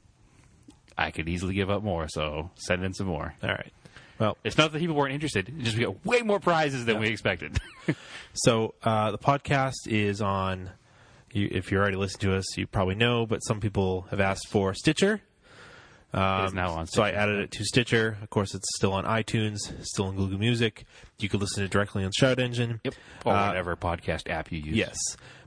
[SPEAKER 2] I could easily give out more. So send in some more.
[SPEAKER 1] All right. Well,
[SPEAKER 2] It's not that people weren't interested; it's just we got way more prizes than we expected. *laughs*
[SPEAKER 1] So uh, the podcast is on. You, if you're already listening to us, you probably know, but some people have asked for Stitcher.
[SPEAKER 2] it is now on.
[SPEAKER 1] Um, So I
[SPEAKER 2] Stitcher.
[SPEAKER 1] added it to Stitcher. Of course, it's still on iTunes, still on Google Music. You can listen to it directly on Shout Engine.
[SPEAKER 2] yep, or
[SPEAKER 1] Uh,
[SPEAKER 2] whatever podcast app you use.
[SPEAKER 1] Yes.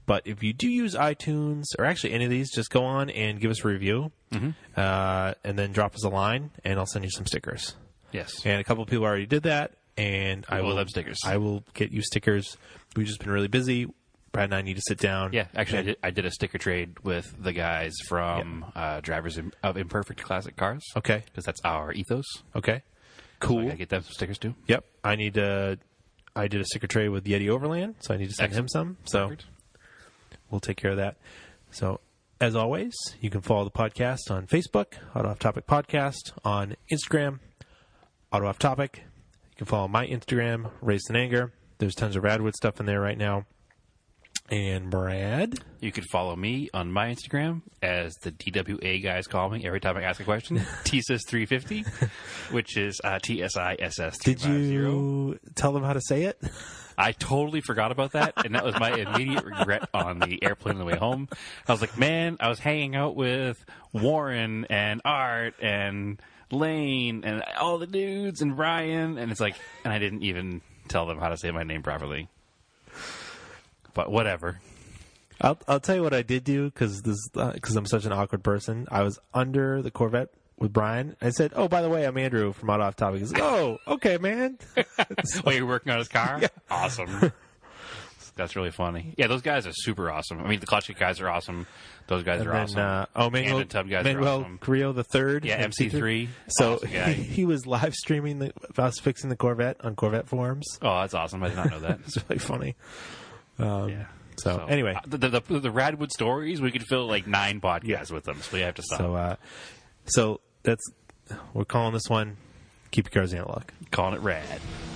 [SPEAKER 1] But if you do use iTunes or actually any of these, just go on and give us a review,
[SPEAKER 2] Mm-hmm.
[SPEAKER 1] uh, and then drop us a line, and I'll send you some stickers.
[SPEAKER 2] yes.
[SPEAKER 1] And a couple of people already did that, and I
[SPEAKER 2] We
[SPEAKER 1] will
[SPEAKER 2] love stickers.
[SPEAKER 1] I will get you stickers. We've just been really busy. Brad and I need to sit down.
[SPEAKER 2] Yeah, actually, I did, I did a sticker trade with the guys from uh, Drivers Im- of Imperfect Classic Cars.
[SPEAKER 1] Okay.
[SPEAKER 2] Because that's our ethos.
[SPEAKER 1] Okay. Cool.
[SPEAKER 2] I gotta get them some stickers too.
[SPEAKER 1] yep. I need to. I did a sticker trade with Yeti Overland, so I need to send him some. So we'll take care of that. So as always, you can follow the podcast on Facebook, Auto Off Topic Podcast, on Instagram, Auto Off Topic. You can follow my Instagram, Raised in Anger. There's tons of Radwood stuff in there right now. And Brad,
[SPEAKER 2] You could follow me on my Instagram as the DWA guys call me every time I ask
[SPEAKER 1] *laughs*
[SPEAKER 2] a question. TSIS350, which is uh, TSISS.
[SPEAKER 1] did you tell them how to say it?
[SPEAKER 2] I totally forgot about that, and that was my immediate regret on the airplane on the way home. I was like, man, I was hanging out with Warren and Art and Lane and all the dudes and Ryan, and it's like, and I didn't even tell them how to say my name properly. But whatever.
[SPEAKER 1] I'll, I'll tell you what I did do because this because I'm such an awkward person. I was under the Corvette with Brian. I said, "Oh, by the way, I'm Andrew from Out Off Topic." He's like, "Oh, okay, man."
[SPEAKER 2] *laughs* While you're working on his car?
[SPEAKER 1] *laughs*
[SPEAKER 2] Awesome. That's really funny. Yeah, those guys are super awesome. I mean, the Clutch Kick guys are awesome. Those guys are
[SPEAKER 1] And
[SPEAKER 2] awesome.
[SPEAKER 1] uh, oh, Manuel,
[SPEAKER 2] And the Tub guys are
[SPEAKER 1] Manuel
[SPEAKER 2] awesome.
[SPEAKER 1] Carrillo the third.
[SPEAKER 2] yeah, MC3.
[SPEAKER 1] So *laughs*
[SPEAKER 2] Awesome
[SPEAKER 1] he,
[SPEAKER 2] guy.
[SPEAKER 1] he was live streaming the us fixing the Corvette on Corvette forums. *laughs*
[SPEAKER 2] Oh, that's awesome. I did not know that.
[SPEAKER 1] It's really funny.
[SPEAKER 2] yeah.
[SPEAKER 1] Um, so, anyway.
[SPEAKER 2] uh, the, the, the the Radwood stories, we could fill like nine podcasts with them, so we have to stop.
[SPEAKER 1] So uh, so that's we're calling this one. Keep your cars analog.
[SPEAKER 2] Calling it rad.